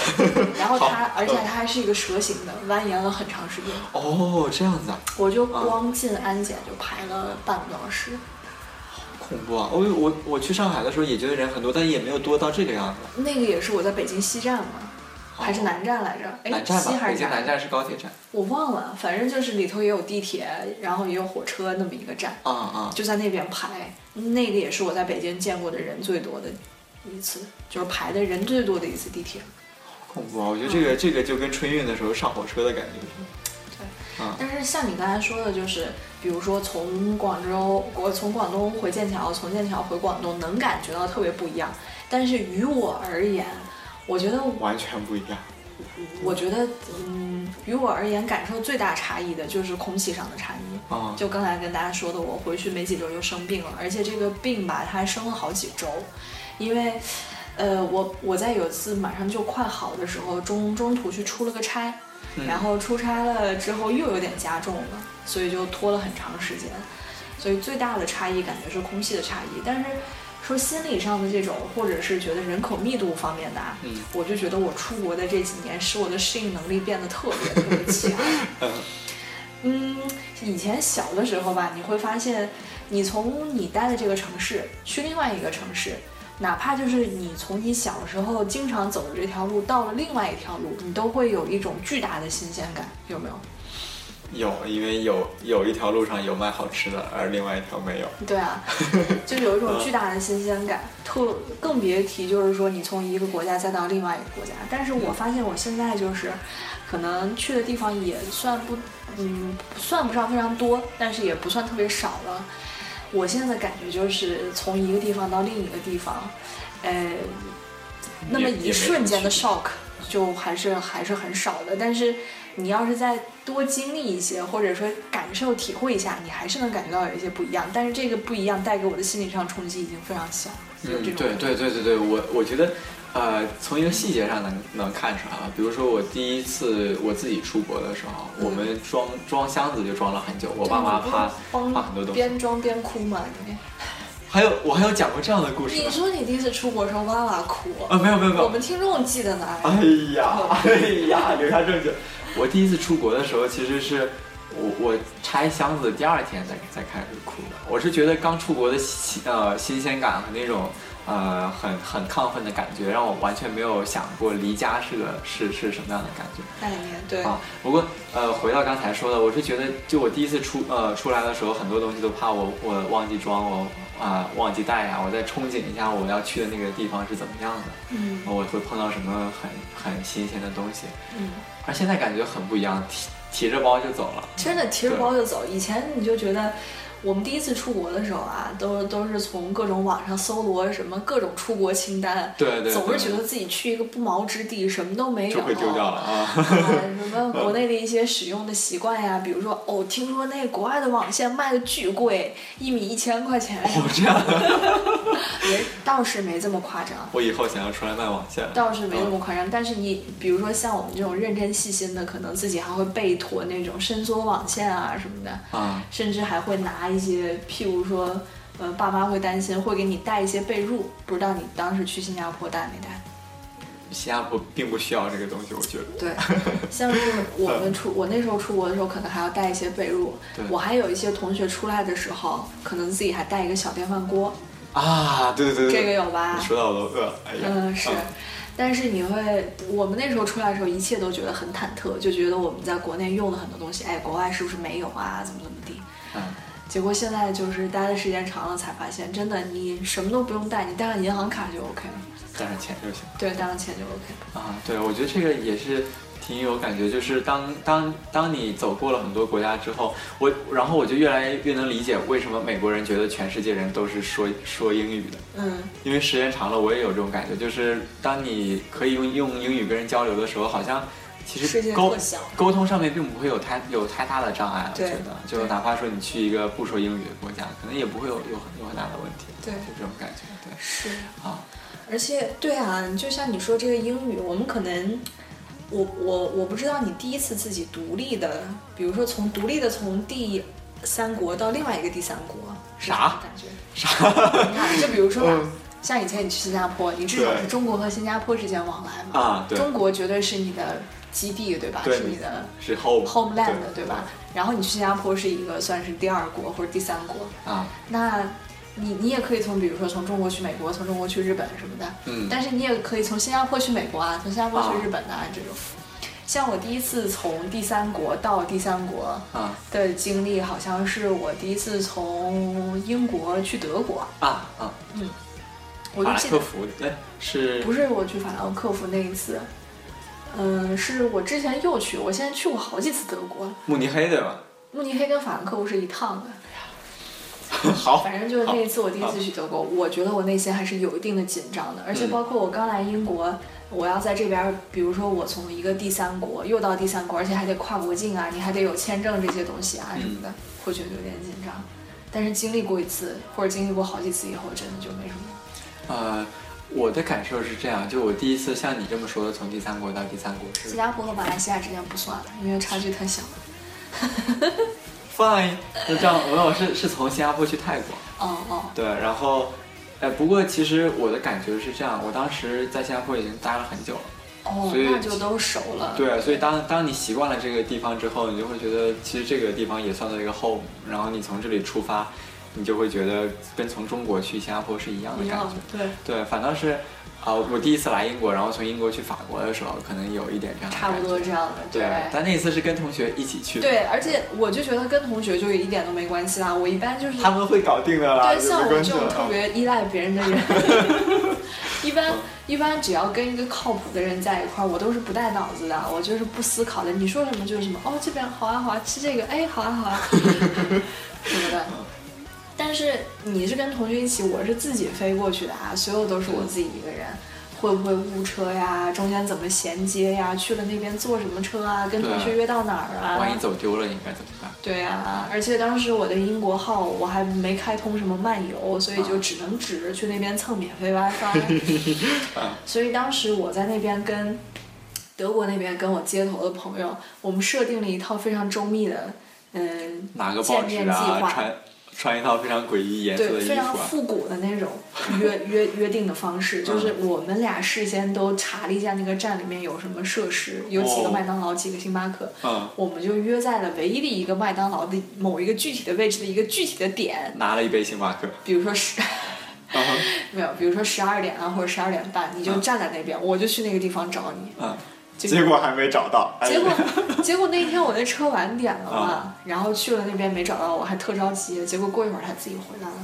[SPEAKER 4] 然后它
[SPEAKER 5] 好嗯
[SPEAKER 4] 而且它还是一个蛇形的，蜿蜒了很长时间。
[SPEAKER 5] 哦，这样子啊，
[SPEAKER 4] 我就光进安检就排了半个多小时，
[SPEAKER 5] 恐怖啊！我我我去上海的时候也觉得人很多，但也没有多到这个样子。
[SPEAKER 4] 那个也是我在北京西站嘛，还是南站来着？哎，
[SPEAKER 5] 哦南站
[SPEAKER 4] 西
[SPEAKER 5] 吧，
[SPEAKER 4] 还
[SPEAKER 5] 北
[SPEAKER 4] 是
[SPEAKER 5] 京南站是高铁站。
[SPEAKER 4] 我忘了，反正就是里头也有地铁，然后也有火车那么一个站，
[SPEAKER 5] 啊啊！
[SPEAKER 4] 就在那边排。嗯那个也是我在北京见过的人最多的一次，就是排的人最多的一次地铁。
[SPEAKER 5] 恐怖啊！我觉得这个、这个就跟春运的时候上火车的感觉似
[SPEAKER 4] 但是像你刚才说的，就是比如说从广州，我从广东回剑桥，从剑桥回广东，能感觉到特别不一样。但是于我而言，我觉得我
[SPEAKER 5] 的，完全不一样。
[SPEAKER 4] 我觉得，嗯，于我而言，感受最大差异的就是空气上的差异。
[SPEAKER 5] 啊
[SPEAKER 4] 就刚才跟大家说的，我回去没几周就生病了，而且这个病吧，它还生了好几周，因为，呃，我我在有一次马上就快好的时候，中中途去出了个差，然后出差了之后又有点加重了，所以就拖了很长时间。所以最大的差异感觉是空气的差异，但是说心理上的这种，或者是觉得人口密度方面的啊，
[SPEAKER 5] 嗯
[SPEAKER 4] 我就觉得我出国的这几年使我的适应能力变得特别特别强。嗯，以前小的时候吧，你会发现，你从你待的这个城市去另外一个城市，哪怕就是你从你小时候经常走的这条路到了另外一条路，你都会有一种巨大的新鲜感，有没有？
[SPEAKER 5] 有，因为有有一条路上有卖好吃的，而另外一条没有。
[SPEAKER 4] 对 啊，就有一种巨大的新鲜感，特更别提就是说你从一个国家再到另外一个国家。但是我发现我现在就是，可能去的地方也算不，嗯，算不上非常多，但是也不算特别少了。我现在的感觉就是从一个地方到另一个地方，呃，那么
[SPEAKER 5] 也也
[SPEAKER 4] 一
[SPEAKER 5] 没
[SPEAKER 4] 瞬间的
[SPEAKER 5] 什
[SPEAKER 4] shock 就还是还是很少的。但是你要是再多经历一些，或者说感受体会一下，你还是能感觉到有一些不一样。但是这个不一样带给我的心理上冲击已经非常小，有
[SPEAKER 5] 嗯
[SPEAKER 4] 这，种
[SPEAKER 5] 对对对对对，我我觉得，呃，从一个细节上能能看出来啊。比如说我第一次我自己出国的时候，我
[SPEAKER 4] 嗯
[SPEAKER 5] 们装装箱子就装了很久，我
[SPEAKER 4] 我
[SPEAKER 5] 爸妈怕怕很多东西。
[SPEAKER 4] 哦边装边哭嘛，你
[SPEAKER 5] 还有我还有讲过这样的故事
[SPEAKER 4] 你
[SPEAKER 5] 呢。
[SPEAKER 4] 说你第一次出国的时候哇哇哭，
[SPEAKER 5] 啊，没有没有没有，
[SPEAKER 4] 我们听众记得呢。
[SPEAKER 5] 哎呀，哎呀，留下证据。我第一次出国的时候，其实是我我拆箱子的第二天才才开始哭的。我是觉得刚出国的新呃新鲜感和那种呃很很亢奋的感觉，让我完全没有想过离家是个是是什么样的感觉。
[SPEAKER 4] 那一年对，
[SPEAKER 5] 啊，不过呃，回到刚才说的，我是觉得，就我第一次出呃出来的时候，很多东西都怕我我忘记装，我啊、忘记带呀、我再憧憬一下我要去的那个地方是怎么样的，
[SPEAKER 4] 嗯
[SPEAKER 5] 我会碰到什么很很新鲜的东西，
[SPEAKER 4] 嗯。
[SPEAKER 5] 而现在感觉很不一样，提提着包就走了，
[SPEAKER 4] 真的提着包就走。以前你就觉得，我们第一次出国的时候啊，都都是从各种网上搜罗什么各种出国清单，
[SPEAKER 5] 对对对
[SPEAKER 4] 总是觉得自己去一个不毛之地，什么都没有，
[SPEAKER 5] 就会 丢掉了啊。
[SPEAKER 4] 啊，什么国内的一些使用的习惯呀，比如说哦，听说那国外的网线卖的巨贵，一米一千块钱，
[SPEAKER 5] 我这样，
[SPEAKER 4] 也倒是没这么夸张。
[SPEAKER 5] 我以后想要出来卖网线了，
[SPEAKER 4] 倒是没那
[SPEAKER 5] 嗯
[SPEAKER 4] 么夸张，但是你比如说像我们这种认真细心的，可能自己还会备妥那种伸缩网线啊什么的，
[SPEAKER 5] 啊，
[SPEAKER 4] 甚至还会拿一些，譬如说，呃，爸妈会担心，会给你带一些被褥，不知道你当时去新加坡带没带？
[SPEAKER 5] 新加坡并不需要这个东西，我觉得。
[SPEAKER 4] 对， 像是我们出我那时候出国的时候，可能还要带一些被褥
[SPEAKER 5] 对。
[SPEAKER 4] 我还有一些同学出来的时候，可能自己还带一个小电饭锅，
[SPEAKER 5] 啊，对对对对，
[SPEAKER 4] 这个有吧
[SPEAKER 5] 你说到我都饿了，哎呀，
[SPEAKER 4] 嗯是。但是你会，我们那时候出来的时候，一切都觉得很忐忑，就觉得我们在国内用的很多东西，哎，国外是不是没有啊？怎么怎么地？
[SPEAKER 5] 嗯，
[SPEAKER 4] 结果现在就是待的时间长了，才发现真的你什么都不用带，你带上银行卡就 OK 了。
[SPEAKER 5] 带上钱就行。
[SPEAKER 4] 对，带上钱就 OK 了。
[SPEAKER 5] 啊，对，我觉得这个也是挺有感觉，就是当当当你走过了很多国家之后，我然后我就越来越能理解为什么美国人觉得全世界人都是说说英语的，
[SPEAKER 4] 嗯，
[SPEAKER 5] 因为时间长了我也有这种感觉，就是当你可以用用英语跟人交流的时候，好像。其
[SPEAKER 4] 世
[SPEAKER 5] 实
[SPEAKER 4] 界
[SPEAKER 5] 沟
[SPEAKER 4] 特小
[SPEAKER 5] 沟通上面并不会有太有太大的障碍，我觉
[SPEAKER 4] 对
[SPEAKER 5] 得，就
[SPEAKER 4] 对
[SPEAKER 5] 哪怕说你去一个不说英语的国家，可能也不会有有很有很大的问题，
[SPEAKER 4] 对
[SPEAKER 5] 就这种感觉，对，
[SPEAKER 4] 是。
[SPEAKER 5] 啊，
[SPEAKER 4] 而且，对啊，就像你说这个英语，我们可能，我我我不知道你第一次自己独立的，比如说从独立的从第三国到另外一个第三国，是什么
[SPEAKER 5] 啥
[SPEAKER 4] 感觉？
[SPEAKER 5] 啥
[SPEAKER 4] 你看，就比如说吧
[SPEAKER 5] 嗯，
[SPEAKER 4] 像以前你去新加坡，你至少是中国和新加坡之间往来嘛，
[SPEAKER 5] 啊？对，
[SPEAKER 4] 中国绝对是你的基地，对吧？
[SPEAKER 5] 对
[SPEAKER 4] 是你的
[SPEAKER 5] 是 home
[SPEAKER 4] homeland，对吧？？然后你去新加坡是一个算是第二国或者第三国，
[SPEAKER 5] 对啊，
[SPEAKER 4] 那你你也可以从比如说从中国去美国，从中国去日本什么的，
[SPEAKER 5] 嗯
[SPEAKER 4] 但是你也可以从新加坡去美国啊，从新加坡去日本啊这种。像我第一次从第三国到第三国
[SPEAKER 5] 啊
[SPEAKER 4] 的经历，好像是我第一次从英国去德国，
[SPEAKER 5] 啊啊！
[SPEAKER 4] 我就
[SPEAKER 5] 法兰
[SPEAKER 4] 记
[SPEAKER 5] 克
[SPEAKER 4] 得
[SPEAKER 5] 福哎是
[SPEAKER 4] 不是我去法兰克福那一次，嗯、是我之前又去，我现在去过好几次德国了。
[SPEAKER 5] 慕尼黑对吧？
[SPEAKER 4] 慕尼黑跟法兰克福是一趟的，
[SPEAKER 5] 好，
[SPEAKER 4] 反正就是那一次我第一
[SPEAKER 5] 好
[SPEAKER 4] 次去德国，我觉得我内心还是有一定的紧张的，而且
[SPEAKER 5] 嗯
[SPEAKER 4] 包括我刚来英国，我要在这边儿，比如说我从一个第三国又到第三国，而且还得跨国境啊，
[SPEAKER 5] 嗯
[SPEAKER 4] 你还得有签证这些东西啊什么的，会觉得有点紧张。但是经历过一次或者经历过好几次以后，真的就没什么。
[SPEAKER 5] 呃，我的感受是这样，就我第一次像你这么说的，从第三国到第三国
[SPEAKER 4] 新
[SPEAKER 5] 是
[SPEAKER 4] 加坡和马来西亚之间不算了，因为差距太小。
[SPEAKER 5] fine。那这样，我我是是从新加坡去泰国，
[SPEAKER 4] 哦哦，
[SPEAKER 5] 对，然后，哎，不过其实我的感觉是这样，我当时在新加坡已经待了很久了。
[SPEAKER 4] 哦，
[SPEAKER 5] 所以
[SPEAKER 4] 那就都熟了。
[SPEAKER 5] 对，所以当当你习惯了这个地方之后，你就会觉得其实这个地方也算作一个 home，然后你从这里出发，你就会觉得跟从中国去新加坡是一样的
[SPEAKER 4] 一
[SPEAKER 5] 感
[SPEAKER 4] 样
[SPEAKER 5] 觉。
[SPEAKER 4] 对，
[SPEAKER 5] 对，反倒是啊、我第一次来英国，然后从英国去法国的时候，可能有一点这样的
[SPEAKER 4] 差不多
[SPEAKER 5] 感觉
[SPEAKER 4] 这样的。
[SPEAKER 5] 对，但那一次是跟同学一起去，，
[SPEAKER 4] 对，而且我就觉得跟同学就一点都没关系啦。我一般就是
[SPEAKER 5] 他们会搞定的啦，
[SPEAKER 4] 对，
[SPEAKER 5] 就
[SPEAKER 4] 像
[SPEAKER 5] 没
[SPEAKER 4] 我
[SPEAKER 5] 关
[SPEAKER 4] 这
[SPEAKER 5] 系
[SPEAKER 4] 种
[SPEAKER 5] 了
[SPEAKER 4] 特别依赖别人的 人，一般一般只要跟一个靠谱的人在一块儿，我都是不带脑子的，我就是不思考的。你说什么就是什么。哦，这边好啊好啊，吃这个，哎，好啊 好啊，什么的。但是你是跟同学一起，我是自己飞过去的啊，所有都是我自己一个人。会不会误车呀？中间怎么衔接呀？去了那边坐什么车啊？跟同学
[SPEAKER 5] 对
[SPEAKER 4] 约到哪儿啊？
[SPEAKER 5] 万一走丢了应该怎么办？
[SPEAKER 4] 对啊，而且当时我的英国号我还没开通什么漫游，所以就只能指着去那边蹭免费 WiFi。所以当时我在那边跟德国那边跟我接头的朋友，我们设定了一套非常周密的，嗯，
[SPEAKER 5] 拿个报
[SPEAKER 4] 见
[SPEAKER 5] 纸
[SPEAKER 4] 面计
[SPEAKER 5] 啊，
[SPEAKER 4] 划。
[SPEAKER 5] 穿穿一套非常诡异颜色
[SPEAKER 4] 对，
[SPEAKER 5] 的衣服
[SPEAKER 4] 非常
[SPEAKER 5] 啊，嗯
[SPEAKER 4] 复古的那种约约约定的方式，就是我们俩事先都查了一下那个站里面有什么设施，有几个
[SPEAKER 5] 哦
[SPEAKER 4] 麦当劳，几个星巴克，
[SPEAKER 5] 嗯
[SPEAKER 4] 我们就约在了唯一的一个麦当劳的某一个具体的位置的一个具体的点，
[SPEAKER 5] 拿了一杯星巴 克。
[SPEAKER 4] 比如说十，
[SPEAKER 5] 嗯哼
[SPEAKER 4] 没有，比如说十二点啊或者十二点半，你就
[SPEAKER 5] 嗯
[SPEAKER 4] 站在那边，我就去那个地方找你，
[SPEAKER 5] 嗯，
[SPEAKER 4] 就
[SPEAKER 5] 结果还没找到，哎
[SPEAKER 4] 结 果结果那天我那车晚点了嘛
[SPEAKER 5] 啊，
[SPEAKER 4] 然后去了那边没找到我，还特着急。结果过一会儿他自己回来了，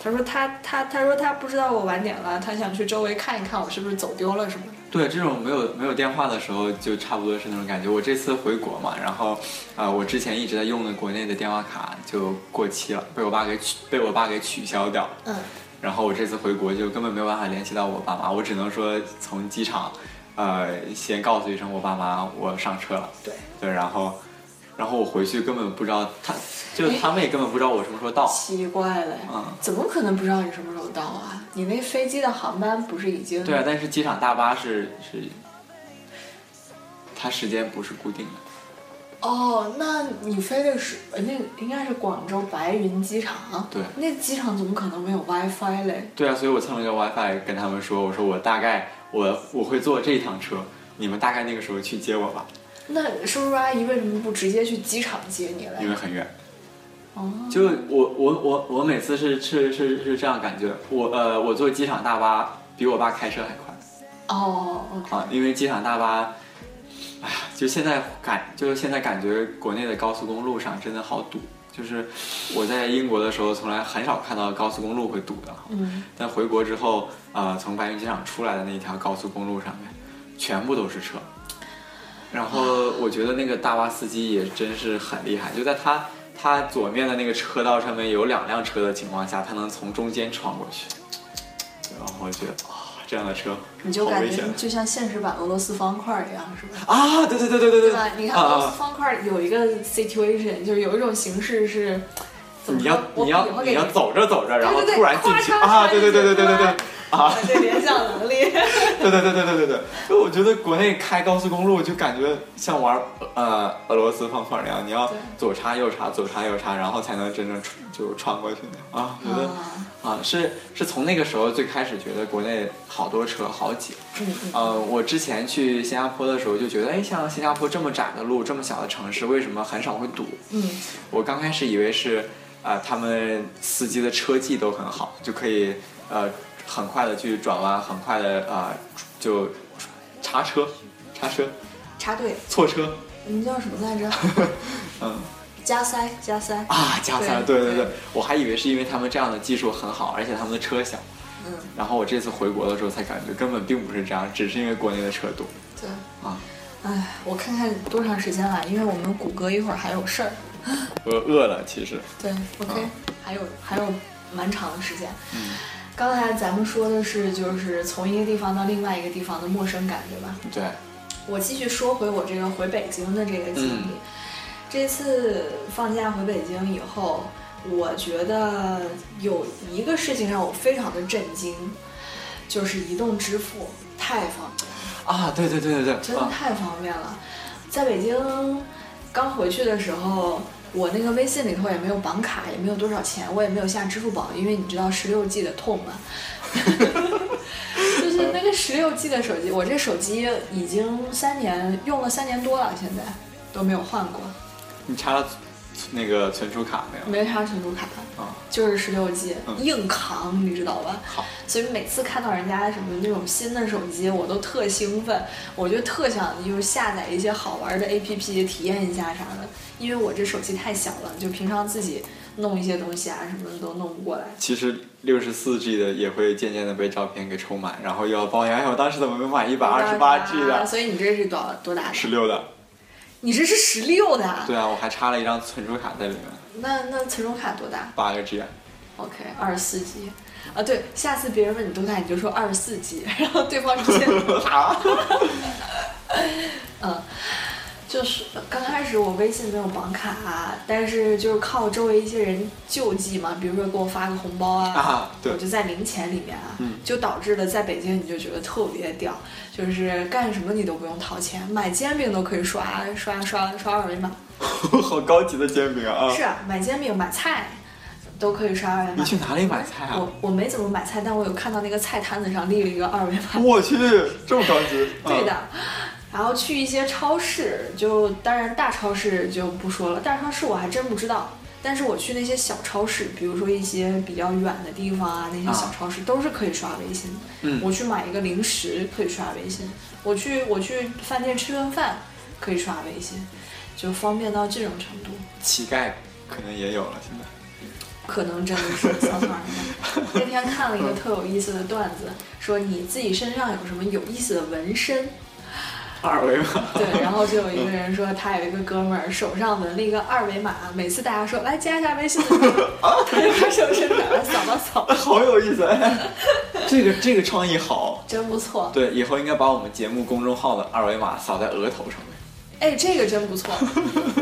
[SPEAKER 4] 他说他他他说他不知道我晚点了，他想去周围看一看我是不是走丢了什么的。
[SPEAKER 5] 对这种没有没有电话的时候，就差不多是那种感觉。我这次回国嘛，然后啊、呃我之前一直在用的国内的电话卡就过期了，被我爸给取被我爸给取消掉。
[SPEAKER 4] 嗯，
[SPEAKER 5] 然后我这次回国就根本没有办法联系到我爸妈，我只能说从机场，呃，先告诉一声我爸妈我上车了。
[SPEAKER 4] 对，
[SPEAKER 5] 对，然后，然后我回去根本不知道他，就他们也根本不知道我什么时候到。
[SPEAKER 4] 奇怪嘞，
[SPEAKER 5] 嗯
[SPEAKER 4] 怎么可能不知道你什么时候到啊？你那飞机的航班不是已经
[SPEAKER 5] 对啊，但是机场大巴是是，它时间不是固定的。
[SPEAKER 4] 哦，那你飞的是呃那应该是广州白云机场，啊
[SPEAKER 5] 对
[SPEAKER 4] 那机场怎么可能没有 WiFi 嘞？
[SPEAKER 5] 对啊，所以我蹭了个 WiFi 跟他们说，我说我大概我我会坐这一趟车，你们大概那个时候去接我吧，
[SPEAKER 4] 那叔叔阿姨为什么不直接去机场接你嘞
[SPEAKER 5] 因？为很远。
[SPEAKER 4] 哦，
[SPEAKER 5] 就我我我我每次是是是是这样感觉，我呃我坐机场大巴比我爸开车还快
[SPEAKER 4] 哦，OK，
[SPEAKER 5] 啊，因为机场大巴，哎呀，就现在感就是现在感觉国内的高速公路上真的好堵，就是我在英国的时候从来很少看到高速公路会堵的，
[SPEAKER 4] 嗯，
[SPEAKER 5] 但回国之后，呃，从白云机场出来的那一条高速公路上面，全部都是车。然后我觉得那个大巴司机也真是很厉害，就在他他左面的那个车道上面有两辆车的情况下，他能从中间穿过去。然后我觉得啊、这样的车
[SPEAKER 4] 你就
[SPEAKER 5] 好
[SPEAKER 4] 感
[SPEAKER 5] 危
[SPEAKER 4] 觉
[SPEAKER 5] 险
[SPEAKER 4] 就像现实版俄罗斯方块一样，是吧？
[SPEAKER 5] 啊！对对对对对
[SPEAKER 4] 对
[SPEAKER 5] 对
[SPEAKER 4] 吧？你看俄罗
[SPEAKER 5] 啊
[SPEAKER 4] 斯！方块有一个 situation，就是有一种形式是，怎么
[SPEAKER 5] 你
[SPEAKER 4] 说
[SPEAKER 5] 要
[SPEAKER 4] 我
[SPEAKER 5] 你要
[SPEAKER 4] 比划给
[SPEAKER 5] 你 要走着走着，然后
[SPEAKER 4] 对对对
[SPEAKER 5] 突然进去
[SPEAKER 4] 咔嚓
[SPEAKER 5] 啊！
[SPEAKER 4] 嚓
[SPEAKER 5] 对对对对对对
[SPEAKER 4] 一下
[SPEAKER 5] 对啊！
[SPEAKER 4] 我这联想能力。
[SPEAKER 5] 对对对对对对对，就我觉得国内开高速公路就感觉像玩呃俄罗斯方块一样，你要
[SPEAKER 4] 对
[SPEAKER 5] 左插右插，左插右插，然后才能真正穿就穿过去的啊。觉得
[SPEAKER 4] 啊
[SPEAKER 5] 啊是是从那个时候最开始觉得国内好多车好挤。
[SPEAKER 4] 嗯嗯
[SPEAKER 5] 呃，我之前去新加坡的时候就觉得，哎，像新加坡这么窄的路，这么小的城市，为什么很少会堵？
[SPEAKER 4] 嗯，
[SPEAKER 5] 我刚开始以为是，啊，他们司机的车技都很好，就可以呃很快的去转弯，很快的啊、就插车、插车、
[SPEAKER 4] 插队，
[SPEAKER 5] 错车，
[SPEAKER 4] 你们叫什么来着？
[SPEAKER 5] 嗯
[SPEAKER 4] 加塞，加塞。
[SPEAKER 5] 啊加塞儿，
[SPEAKER 4] 对
[SPEAKER 5] 对对
[SPEAKER 4] 对
[SPEAKER 5] 对，我还以为是因为他们这样的技术很好，而且他们的车小。
[SPEAKER 4] 嗯，
[SPEAKER 5] 然后我这次回国的时候才感觉根本并不是这样，只是因为国内的车多
[SPEAKER 4] 对。
[SPEAKER 5] 啊。
[SPEAKER 4] 哎，我看看多长时间了，因为我们谷歌一会儿还有事儿。
[SPEAKER 5] 我饿了，其实，
[SPEAKER 4] 对，OK，、
[SPEAKER 5] 嗯
[SPEAKER 4] 还有还有蛮长的时间。
[SPEAKER 5] 嗯，
[SPEAKER 4] 刚才咱们说的是，就是从一个地方到另外一个地方的陌生感，对吧？
[SPEAKER 5] 对，
[SPEAKER 4] 我继续说回我这个回北京的这个经历。
[SPEAKER 5] 嗯
[SPEAKER 4] 这次放假回北京以后，我觉得有一个事情让我非常的震惊，就是移动支付，太方便了，
[SPEAKER 5] 啊，对对对对对，
[SPEAKER 4] 真的
[SPEAKER 5] 啊
[SPEAKER 4] 太方便了。在北京刚回去的时候，我那个微信里头也没有绑卡，也没有多少钱，我也没有下支付宝，因为你知道十六 G 的痛嘛。 就是那个十六 G 的手机，我这手机已经三年用了三年多了，现在都没有换过，
[SPEAKER 5] 你插了那个存储卡没有？
[SPEAKER 4] 没啥存储卡。
[SPEAKER 5] 啊，
[SPEAKER 4] 就是十六 G，
[SPEAKER 5] 嗯
[SPEAKER 4] 硬扛，你知道吧？
[SPEAKER 5] 好
[SPEAKER 4] 所以每次看到人家什么那种新的手机，我都特兴奋，我就特想就是下载一些好玩的 APP 体验一下啥的，因为我这手机太小了，就平常自己弄一些东西啊什么的都弄不过来。
[SPEAKER 5] 其实六十四 G 的也会渐渐的被照片给充满，然后又要抱怨，哎，我当时怎么没买一百二十八 G 的，
[SPEAKER 4] 所以你这是多少多大的？
[SPEAKER 5] 十六的？
[SPEAKER 4] 你这是十六的啊？
[SPEAKER 5] 对啊，我还插了一张存储卡在里面，
[SPEAKER 4] 那那存储卡多大
[SPEAKER 5] 八个 G，啊
[SPEAKER 4] ？OK，二十四 G。啊，对，下次别人问你多大，你就说二十四 G，然后对方直接。
[SPEAKER 5] 啊，
[SPEAKER 4] 嗯，就是刚开始我微信没有绑卡、但是就是靠周围一些人救济嘛，比如说给我发个红包啊，
[SPEAKER 5] 啊对
[SPEAKER 4] 我就在零钱里面啊，
[SPEAKER 5] 嗯
[SPEAKER 4] 就导致了在北京你就觉得特别屌，就是干什么你都不用掏钱，买煎饼都可以刷刷刷刷二维码，
[SPEAKER 5] 好高级的煎饼啊！
[SPEAKER 4] 是啊，买煎饼买菜都可以刷二维
[SPEAKER 5] 你
[SPEAKER 4] 码。
[SPEAKER 5] 去哪里买菜啊
[SPEAKER 4] 我？我没怎么买菜，但我有看到那个菜摊子上立了一个二维码，
[SPEAKER 5] 我去，这么高级？
[SPEAKER 4] 对的
[SPEAKER 5] 啊，。
[SPEAKER 4] 然后去一些超市，就当然大超市就不说了，大超市我还真不知道。但是我去那些小超市，比如说一些比较远的地方啊，那些小超市、都是可以刷微信。
[SPEAKER 5] 嗯
[SPEAKER 4] 我去买一个零食可以刷微信，我去我去饭店吃顿饭可以刷微信，就方便到这种程度。
[SPEAKER 5] 乞丐可能也有了，现在。
[SPEAKER 4] 可能真的是草草人的。那天看了一个特有意思的段子，说你自己身上有什么有意思的纹身，
[SPEAKER 5] 二维码。
[SPEAKER 4] 对，然后就有一个人说，他有一个哥们儿手上纹了一个二维码，每次大家说来加一下微信， 他就把手伸出来扫了扫，
[SPEAKER 5] 好有意思，哎，这个这个创意好。
[SPEAKER 4] 真不错。
[SPEAKER 5] 对，以后应该把我们节目公众号的二维码扫在额头上面。
[SPEAKER 4] 哎，这个真不 错。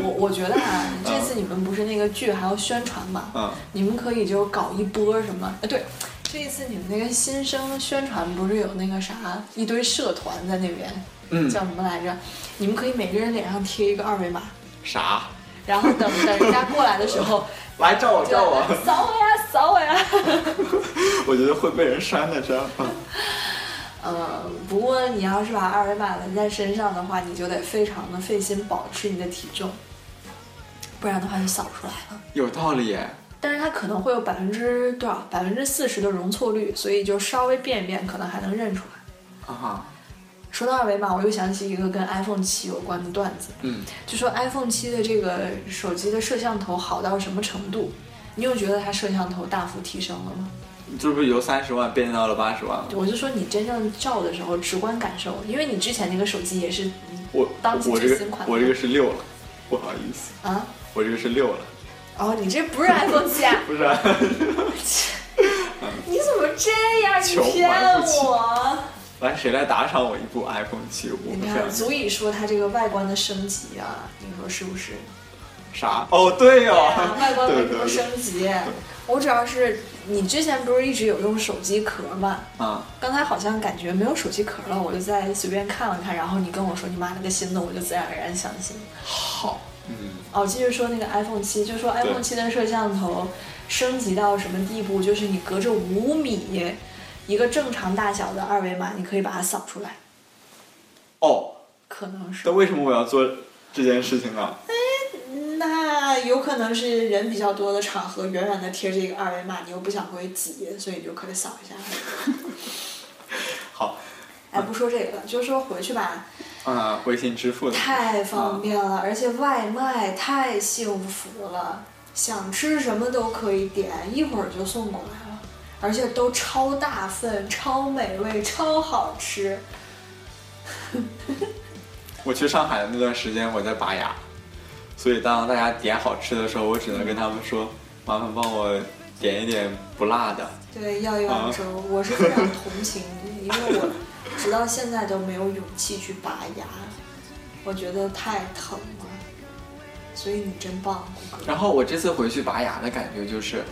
[SPEAKER 4] 我我觉得啊，这次你们不是那个剧还要宣传嘛，
[SPEAKER 5] 嗯
[SPEAKER 4] 你们可以就搞一波什么？呃，对，这一次你们那个新生宣传不是有那个啥一堆社团在那边，
[SPEAKER 5] 嗯
[SPEAKER 4] 叫什么来着？你们可以每个人脸上贴一个二维码，
[SPEAKER 5] 啥？
[SPEAKER 4] 然后等等人家过来的时候。
[SPEAKER 5] 来照我
[SPEAKER 4] 就
[SPEAKER 5] 照我，
[SPEAKER 4] 扫我呀，扫我呀！
[SPEAKER 5] 我觉得会被人删的，这样。
[SPEAKER 4] 嗯，不过你要是把二维码纹在身上的话，你就得非常的费心保持你的体重，不然的话就扫不出来了。
[SPEAKER 5] 有道理耶，
[SPEAKER 4] 但是它可能会有百分之多少，百分之四十的容错率，所以就稍微变一变，可能还能认出来。
[SPEAKER 5] 啊，
[SPEAKER 4] 说到二维码，我又想起一个跟 iPhone 七有关的段子，
[SPEAKER 5] 嗯，
[SPEAKER 4] 就说 iPhone 七的这个手机的摄像头好到什么程度？你有觉得它摄像头大幅提升了吗？
[SPEAKER 5] 这不是由三十万变到了八十万吗？
[SPEAKER 4] 我就说你真正照的时候直观感受，因为你之前那个手机也是嗯
[SPEAKER 5] 我
[SPEAKER 4] 当季
[SPEAKER 5] 我这
[SPEAKER 4] 最
[SPEAKER 5] 个
[SPEAKER 4] 新款
[SPEAKER 5] 我这个是六了，不好意思，
[SPEAKER 4] 啊，
[SPEAKER 5] 我这个是六了，
[SPEAKER 4] 哦，你这不是 iPhone 七啊？
[SPEAKER 5] 不是、啊。
[SPEAKER 4] 你怎么这样？你
[SPEAKER 5] 穷
[SPEAKER 4] 骗
[SPEAKER 5] 玩不起
[SPEAKER 4] 我！
[SPEAKER 5] 来，谁来打赏我一部 iPhone 七？我不
[SPEAKER 4] 你
[SPEAKER 5] 想
[SPEAKER 4] 看，足以说它这个外观的升级啊，你说是不是？
[SPEAKER 5] 啥？哦， 对哦，
[SPEAKER 4] 啊，外观
[SPEAKER 5] 对
[SPEAKER 4] 为
[SPEAKER 5] 对
[SPEAKER 4] 什么
[SPEAKER 5] 对，
[SPEAKER 4] 升级？我主要是你之前不是一直有用手机壳吗？
[SPEAKER 5] 啊，
[SPEAKER 4] 刚才好像感觉没有手机壳了，我就再随便看了看，然后你跟我说你买了个新的，我就自然而然相信。
[SPEAKER 5] 好，嗯，
[SPEAKER 4] 哦，继续说那个 iPhone 七，就说 iPhone 七的摄像头升级到什么地步？就是你隔着五米，一个正常大小的二维码，你可以把它扫出来，
[SPEAKER 5] 哦，
[SPEAKER 4] 可能是
[SPEAKER 5] 那。为什么我要做这件事情呢？
[SPEAKER 4] 那有可能是人比较多的场合，远远的贴着一个二维码，你又不想回挤，所以你就可以扫一下。
[SPEAKER 5] 好，
[SPEAKER 4] 哎，不说这个了，就说回去吧，
[SPEAKER 5] 啊、微信支付的
[SPEAKER 4] 太方便
[SPEAKER 5] 啊
[SPEAKER 4] 了，而且外卖太幸福了，想吃什么都可以点，一会儿就送过来了，而且都超大份、超美味、超好吃。
[SPEAKER 5] 我去上海的那段时间，我在拔牙，所以当大家点好吃的时候，我只能跟他们说，麻烦帮我点一点不辣的。
[SPEAKER 4] 对，要有
[SPEAKER 5] 啊
[SPEAKER 4] 州，我是非常同情你，因为我直到现在都没有勇气去拔牙，我觉得太疼了。所以你真棒，谷歌。
[SPEAKER 5] 然后我这次回去拔牙的感觉就是，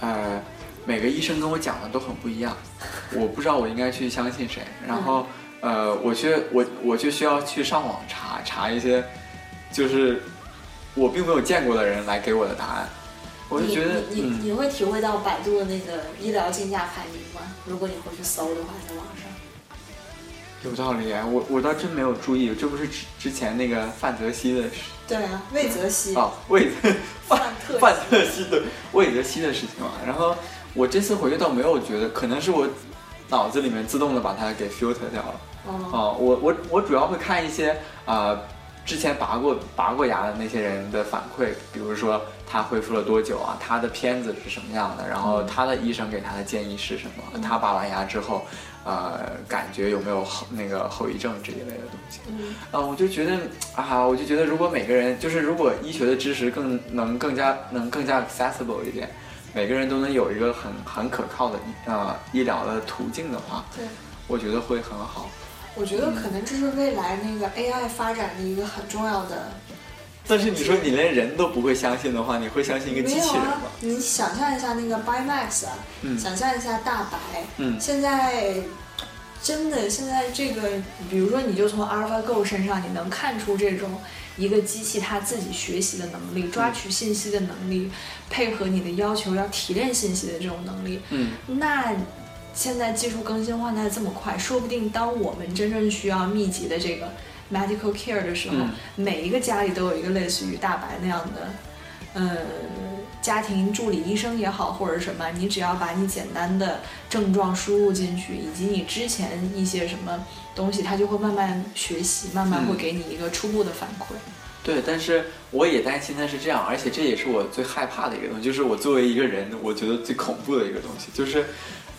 [SPEAKER 5] 呃，每个医生跟我讲的都很不一样，我不知道我应该去相信谁。然
[SPEAKER 6] 嗯
[SPEAKER 5] 后，呃，我去我我就需要去上网查查一些，就是我并没有见过的人来给我的答案。我就
[SPEAKER 6] 你
[SPEAKER 5] 觉得，
[SPEAKER 6] 你你
[SPEAKER 5] 嗯，
[SPEAKER 6] 你会体会到百度的那个医疗竞价排名吗？如果你回去搜的话，在网上。
[SPEAKER 5] 有道理。啊我我倒真没有注意，这不是之之前那个范泽西的事
[SPEAKER 6] 对啊，魏则西，
[SPEAKER 5] 啊，魏范
[SPEAKER 6] 范特
[SPEAKER 5] 范特西的魏则西的事情嘛。啊然后我这次回去倒没有觉得，可能是我脑子里面自动的把它给 filter 掉了。
[SPEAKER 4] 嗯
[SPEAKER 6] 哦，
[SPEAKER 5] 哦，我我我主要会看一些呃之前拔过拔过牙的那些人的反馈，比如说他恢复了多久啊，他的片子是什么样的，然后他的医生给他的建议是什么，他拔完牙之后，呃，感觉有没有后那个后遗症这一类的东西。
[SPEAKER 6] 嗯，
[SPEAKER 5] 啊，我就觉得啊，我就觉得如果每个人就是如果医学的知识更能更加能更加 accessible 一点，每个人都能有一个很很可靠的医呃医疗的途径的话，
[SPEAKER 6] 对，
[SPEAKER 5] 我觉得会很好。
[SPEAKER 6] 我觉得可能这是未来那个 AI 发展的一个很重要的。
[SPEAKER 5] 但是你说你连人都不会相信的话，你会相信一个
[SPEAKER 6] 没
[SPEAKER 5] 机
[SPEAKER 6] 有
[SPEAKER 5] 器人
[SPEAKER 6] 啊
[SPEAKER 5] 吗？，
[SPEAKER 6] 你想象一下那个 Bymax 啊，
[SPEAKER 5] 嗯
[SPEAKER 6] 想象一下大白，
[SPEAKER 5] 嗯
[SPEAKER 6] 现在真的现在这个，
[SPEAKER 4] 比如说，你就从 AlphaGo 身上，你能看出这种一个机器它自己学习的能力、抓取信息的能力，配合你的要求要提炼信息的这种能力。
[SPEAKER 5] 嗯，
[SPEAKER 4] 那现在技术更新换代这么快，说不定当我们真正需要密集的这个 medical care 的时候，
[SPEAKER 5] 嗯
[SPEAKER 4] 每一个家里都有一个类似于大白那样的，呃，家庭助理医生也好，或者什么，你只要把你简单的症状输入进去，以及你之前一些什么东西，它就会慢慢学习，慢
[SPEAKER 5] 嗯
[SPEAKER 4] 慢会给你一个初步的反馈。
[SPEAKER 5] 对。但是我也担心它是这样，而且这也是我最害怕的一个东西，就是我作为一个人，我觉得最恐怖的一个东西，就是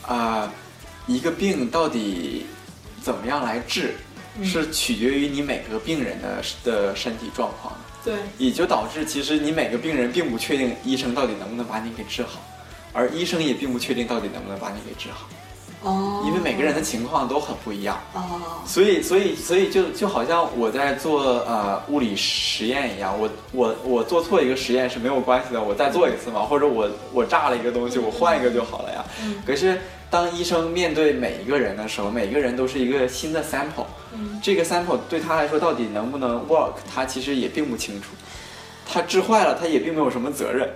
[SPEAKER 5] 啊、一个病到底怎么样来治，
[SPEAKER 6] 嗯
[SPEAKER 5] 是取决于你每个病人的的身体状况的。
[SPEAKER 4] 对，
[SPEAKER 5] 也就导致其实你每个病人并不确定医生到底能不能把你给治好，而医生也并不确定到底能不能把你给治好。
[SPEAKER 6] 哦，
[SPEAKER 5] 因为每个人的情况都很不一样，
[SPEAKER 6] 哦，
[SPEAKER 5] 所以所以所以就就好像我在做呃物理实验一样，我我我做错一个实验是没有关系的，我再做一次嘛，或者我我炸了一个东西，我换一个就好了呀。可是当医生面对每一个人的时候，每个人都是一个新的 sample，、这个 sample 对他来说到底能不能 work，他其实也并不清楚，他治坏了他也并没有什么责任，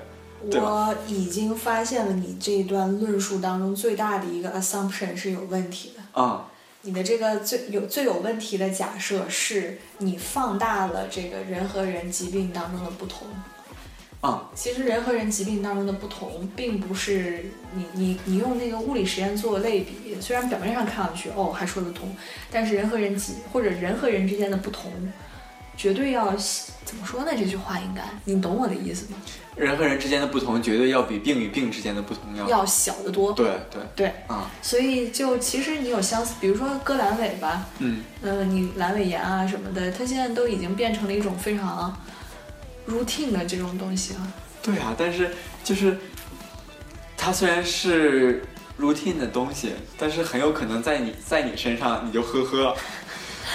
[SPEAKER 5] 对吧？
[SPEAKER 6] 我已经发现了你这一段论述当中最大的一个 assumption 是有问题的。
[SPEAKER 5] 啊、
[SPEAKER 6] 你的这个最有最有问题的假设是你放大了这个人和人疾病当中的不同。
[SPEAKER 5] 啊、
[SPEAKER 6] 其实人和人疾病当中的不同，并不是你你你用那个物理实验做类比，虽然表面上看上去哦还说得通，但是人和人疾或者人和人之间的不同，绝对要怎么说呢？这句话应该你懂我的意思吗？
[SPEAKER 5] 人和人之间的不同绝对要比病与病之间的不同要
[SPEAKER 6] 要小得多。
[SPEAKER 5] 对对
[SPEAKER 6] 对，
[SPEAKER 5] 啊、
[SPEAKER 6] 所以就其实你有相似，比如说割阑尾吧，
[SPEAKER 5] 嗯，
[SPEAKER 6] 嗯，你阑尾炎啊什么的，它现在都已经变成了一种非常 routine 的这种东西了。
[SPEAKER 5] 对啊，但是就是它虽然是 routine 的东西，但是很有可能在你在你身上你就呵呵，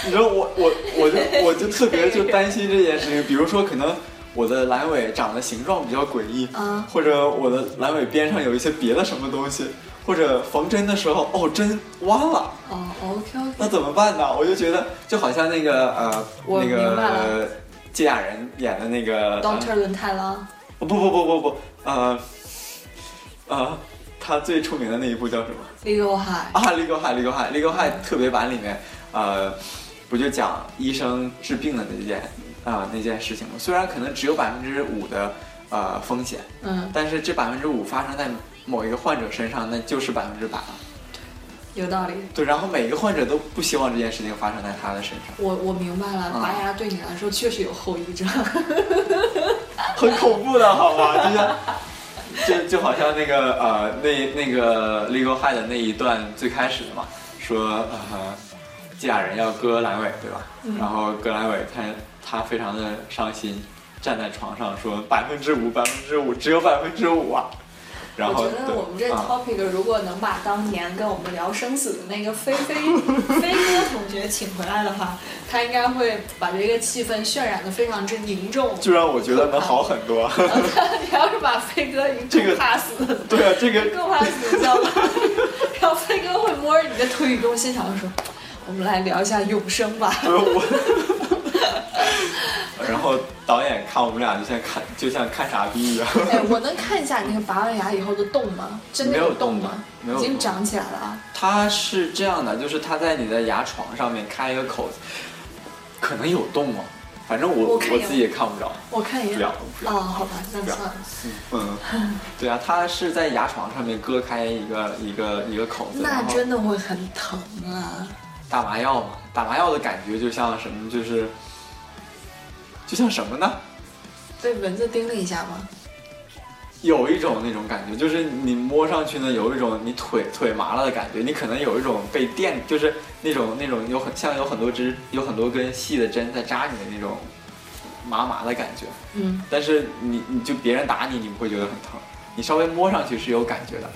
[SPEAKER 5] 你说我我我就我就特别就担心这件事情，比如说可能。我的阑尾长得形状比较诡异，
[SPEAKER 6] 啊
[SPEAKER 5] 或者我的阑尾边上有一些别的什么东西，或者缝针的时候，哦，针弯了，
[SPEAKER 6] 哦，OK OK。
[SPEAKER 5] 那怎么办呢？我就觉得就好像那个呃，
[SPEAKER 6] 我
[SPEAKER 5] 那
[SPEAKER 6] 明白了
[SPEAKER 5] 个芥雅人演的那个
[SPEAKER 6] Doctor 轮太郎，
[SPEAKER 5] 不不不不不，呃，呃，他最出名的那一部叫什么？
[SPEAKER 6] Legal High，
[SPEAKER 5] 啊，《Legal High》，《Legal High》，《Legal High》特别版里面，呃，不就讲医生治病的那件啊、那件事情吗？虽然可能只有百分之五的呃风险，
[SPEAKER 6] 嗯，
[SPEAKER 5] 但是这百分之五发生在某一个患者身上，那就是百分之百了。
[SPEAKER 6] 有道理。
[SPEAKER 5] 对，然后每一个患者都不希望这件事情发生在他的身上，
[SPEAKER 6] 我我明白
[SPEAKER 5] 啊
[SPEAKER 6] 了，拔牙对你来说确实有后遗症。
[SPEAKER 5] 很恐怖的好吗？就像。就就好像那个呃，那那个 Legal High 的那一段最开始的嘛，说呃，纪亚人要割阑尾，对吧？
[SPEAKER 4] 嗯
[SPEAKER 5] 然后割阑尾他，他非常的伤心，站在床上说百分之五，百分之五，只有百分之五啊。然后
[SPEAKER 4] 我觉得我们这
[SPEAKER 5] 对啊
[SPEAKER 4] topic 如果能把当年跟我们聊生死的那个菲菲 菲哥同学请回来的话，他应该会把这个气氛渲染的非常之凝重。
[SPEAKER 5] 就让我觉得能好很多。
[SPEAKER 4] 你要是把飞哥一
[SPEAKER 5] 这个
[SPEAKER 4] 更怕死的，
[SPEAKER 5] 对啊，这个
[SPEAKER 4] 更怕死的叫 吧，然后飞哥会摸着你的腿中心肠说：“我们来聊一下永生吧。
[SPEAKER 5] 对我。 然后导演看我们俩就像看就像看傻逼一样，”
[SPEAKER 4] 哎，我能看一下你那个拔完牙以后的洞吗？真的
[SPEAKER 5] 没有
[SPEAKER 4] 洞
[SPEAKER 5] 洞
[SPEAKER 4] 吗
[SPEAKER 5] 的？没有
[SPEAKER 4] 已经
[SPEAKER 5] 洞
[SPEAKER 4] 长起来了啊！
[SPEAKER 5] 它是这样的，就是它在你的牙床上面开一个口子，可能有洞哦，反正我
[SPEAKER 4] 我
[SPEAKER 5] 我
[SPEAKER 4] 看见
[SPEAKER 5] 自己也看不着，
[SPEAKER 4] 我看一
[SPEAKER 5] 不
[SPEAKER 4] 眼。
[SPEAKER 5] 了
[SPEAKER 4] 啊、
[SPEAKER 5] 不了。
[SPEAKER 4] 好吧，那算了。
[SPEAKER 5] 嗯， 对啊，它是在牙床上面割开一个一个一个口子，
[SPEAKER 4] 那
[SPEAKER 5] 然后
[SPEAKER 4] 真的会很疼啊！
[SPEAKER 5] 打麻药嘛，打麻药的感觉就像什么，就是就像什么呢？
[SPEAKER 4] 被蚊子叮了一下吗？
[SPEAKER 5] 有一种那种感觉，就是你摸上去呢，有一种你腿腿麻了的感觉，你可能有一种被电，就是那种那种有很像有很多只有很多根细的针在扎你的那种麻麻的感觉。
[SPEAKER 4] 嗯，
[SPEAKER 5] 但是你你就别人打你，你不会觉得很疼，你稍微摸上去是有感觉的。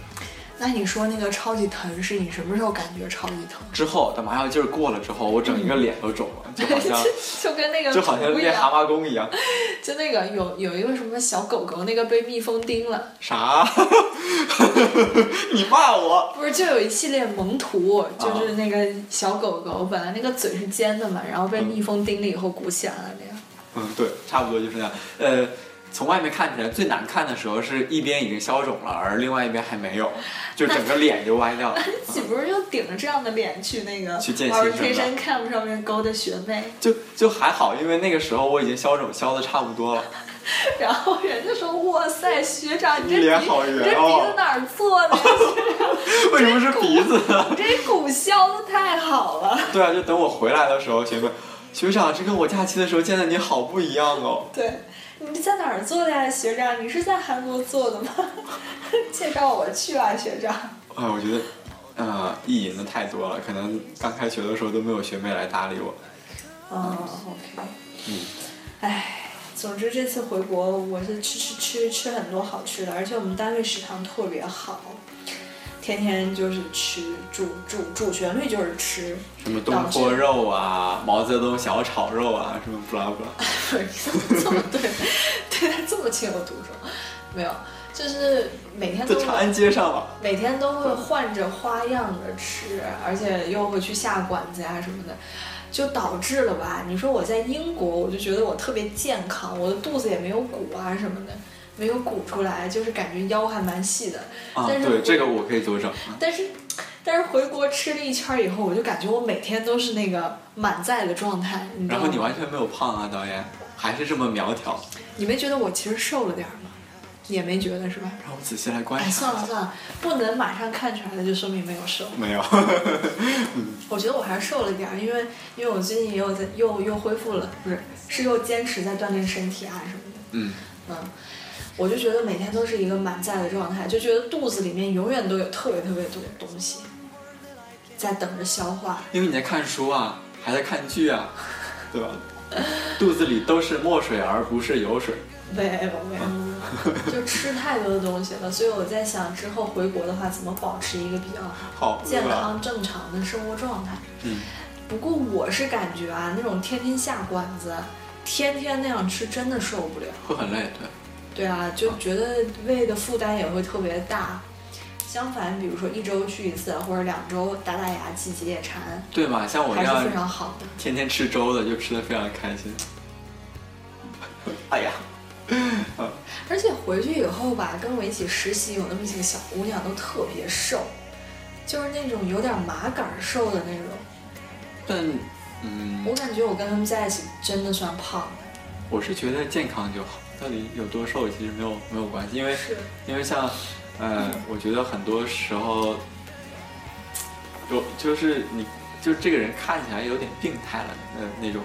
[SPEAKER 4] 那你说那个超级疼是你什么时候感觉超级疼？
[SPEAKER 5] 之后等麻药劲儿过了之后，我整一个脸都肿了，就 好像
[SPEAKER 4] 就跟那个
[SPEAKER 5] 就好像
[SPEAKER 4] 图一
[SPEAKER 5] 练蛤
[SPEAKER 4] 样，
[SPEAKER 5] 蟆功一样。
[SPEAKER 4] 就那个有有一个什么小狗狗，那个被蜜蜂叮了。
[SPEAKER 5] 啥？ 你骂我？
[SPEAKER 4] 不是，就有一系列萌
[SPEAKER 5] 啊
[SPEAKER 4] 图，就是那个小狗狗，本来那个嘴是尖的嘛，然后被蜜蜂叮了以后鼓起来了那样。
[SPEAKER 5] 嗯，对，差不多就是那样。呃，从外面看起来最难看的时候是一边已经消肿了，而另外一边还没有，就整个脸就歪掉了。
[SPEAKER 4] 岂不是就顶着这样的脸去那个
[SPEAKER 5] 去见习生吧
[SPEAKER 4] orientation camp 上面勾搭学妹，
[SPEAKER 5] 就就还好，因为那个时候我已经消肿消的差不多了。
[SPEAKER 4] 然后人家说：“哇塞，学长，你这
[SPEAKER 5] 你脸
[SPEAKER 4] 鼻
[SPEAKER 5] 好
[SPEAKER 4] 你
[SPEAKER 5] 圆
[SPEAKER 4] 这鼻
[SPEAKER 5] 哦
[SPEAKER 4] 子哪儿做的呀？
[SPEAKER 5] 为什么是鼻子呢？
[SPEAKER 4] 你这骨削的太好了。
[SPEAKER 5] 对啊，就等我回来的时候，学妹，学长，这跟我假期的时候见的你好不一样哦”。
[SPEAKER 4] 对，你在哪儿做的呀，学长？你是在韩国做的吗？ 介绍我去啊，学长。
[SPEAKER 5] 哎，我觉得，呃，意淫的太多了，可能刚开学的时候都没有学妹来搭理我。
[SPEAKER 4] 哦，OK。唉，总之这次回国，我是吃吃吃吃很多好吃的，而且我们单位食堂特别好，天天就是吃，主主主旋律就是吃。
[SPEAKER 5] 什么东坡肉啊，毛泽东小炒肉啊，什么不拉不拉。
[SPEAKER 4] 这么对， 对他这么情有独钟，没有，就是每天
[SPEAKER 5] 在
[SPEAKER 4] 都
[SPEAKER 5] 长安街上吧，
[SPEAKER 4] 每天都会换着花样的吃，而且又会去下馆子呀、什么的，就导致了吧？你说我在英国，我就觉得我特别健康，我的肚子也没有鼓啊什么的，没有鼓出来，就是感觉腰还蛮细的。
[SPEAKER 5] 啊，
[SPEAKER 4] 但是嗯
[SPEAKER 5] 对，这个我可以纠正。
[SPEAKER 4] 但是，但是回国吃了一圈以后，我就感觉我每天都是那个满载的状态，你知
[SPEAKER 5] 然
[SPEAKER 4] 道
[SPEAKER 5] 后
[SPEAKER 4] 吗？
[SPEAKER 5] 你完全没有胖啊，导演，还是这么苗条。
[SPEAKER 4] 你没觉得我其实瘦了点儿吗？也没觉得是吧？
[SPEAKER 5] 让我仔细来观
[SPEAKER 4] 哎，
[SPEAKER 5] 察
[SPEAKER 4] 算。了算了，不能马上看出来的就说明没有瘦。
[SPEAKER 5] 没有， 嗯
[SPEAKER 4] 我觉得我还是瘦了一点儿，因为因为我最近也有在又又恢复了，不是是又坚持在锻炼身体啊什么的，
[SPEAKER 5] 嗯，
[SPEAKER 4] 嗯，我就觉得每天都是一个满载的状态，就觉得肚子里面永远都有特别特别多的东西在等着消化。
[SPEAKER 5] 因为你在看书啊，还在看剧啊，对吧？肚子里都是墨水，而不是油水。
[SPEAKER 4] 没有没有，就吃太多的东西了，所以我在想之后回国的话，怎么保持一个比较
[SPEAKER 5] 好，
[SPEAKER 4] 健
[SPEAKER 5] 对吧？
[SPEAKER 4] 康正常的生活状态。
[SPEAKER 5] 嗯，
[SPEAKER 4] 不过我是感觉啊，那种天天下馆子，天天那样吃，真的受不了。
[SPEAKER 5] 会很累，对。
[SPEAKER 4] 对啊，就觉得胃的负担也会特别大。相反，比如说一周去一次，或者两周打打牙祭解解馋，
[SPEAKER 5] 对吧？像我这
[SPEAKER 4] 还是非
[SPEAKER 5] 样
[SPEAKER 4] 常好的。
[SPEAKER 5] 天天吃粥的，就吃的非常开 心。哎呀，
[SPEAKER 4] 而且回去以后吧，跟我一起实习有那么几个小姑娘都特别瘦，就是那种有点麻杆儿瘦的那种。
[SPEAKER 5] 但嗯，
[SPEAKER 4] 我感觉我跟她们在一起真的算胖了。
[SPEAKER 5] 我是觉得健康就好，到底有多瘦其实没有没有关系，因为
[SPEAKER 4] 是，
[SPEAKER 5] 因为像， 呃，我觉得很多时候，有就是你就这个人看起来有点病态了，呃那那种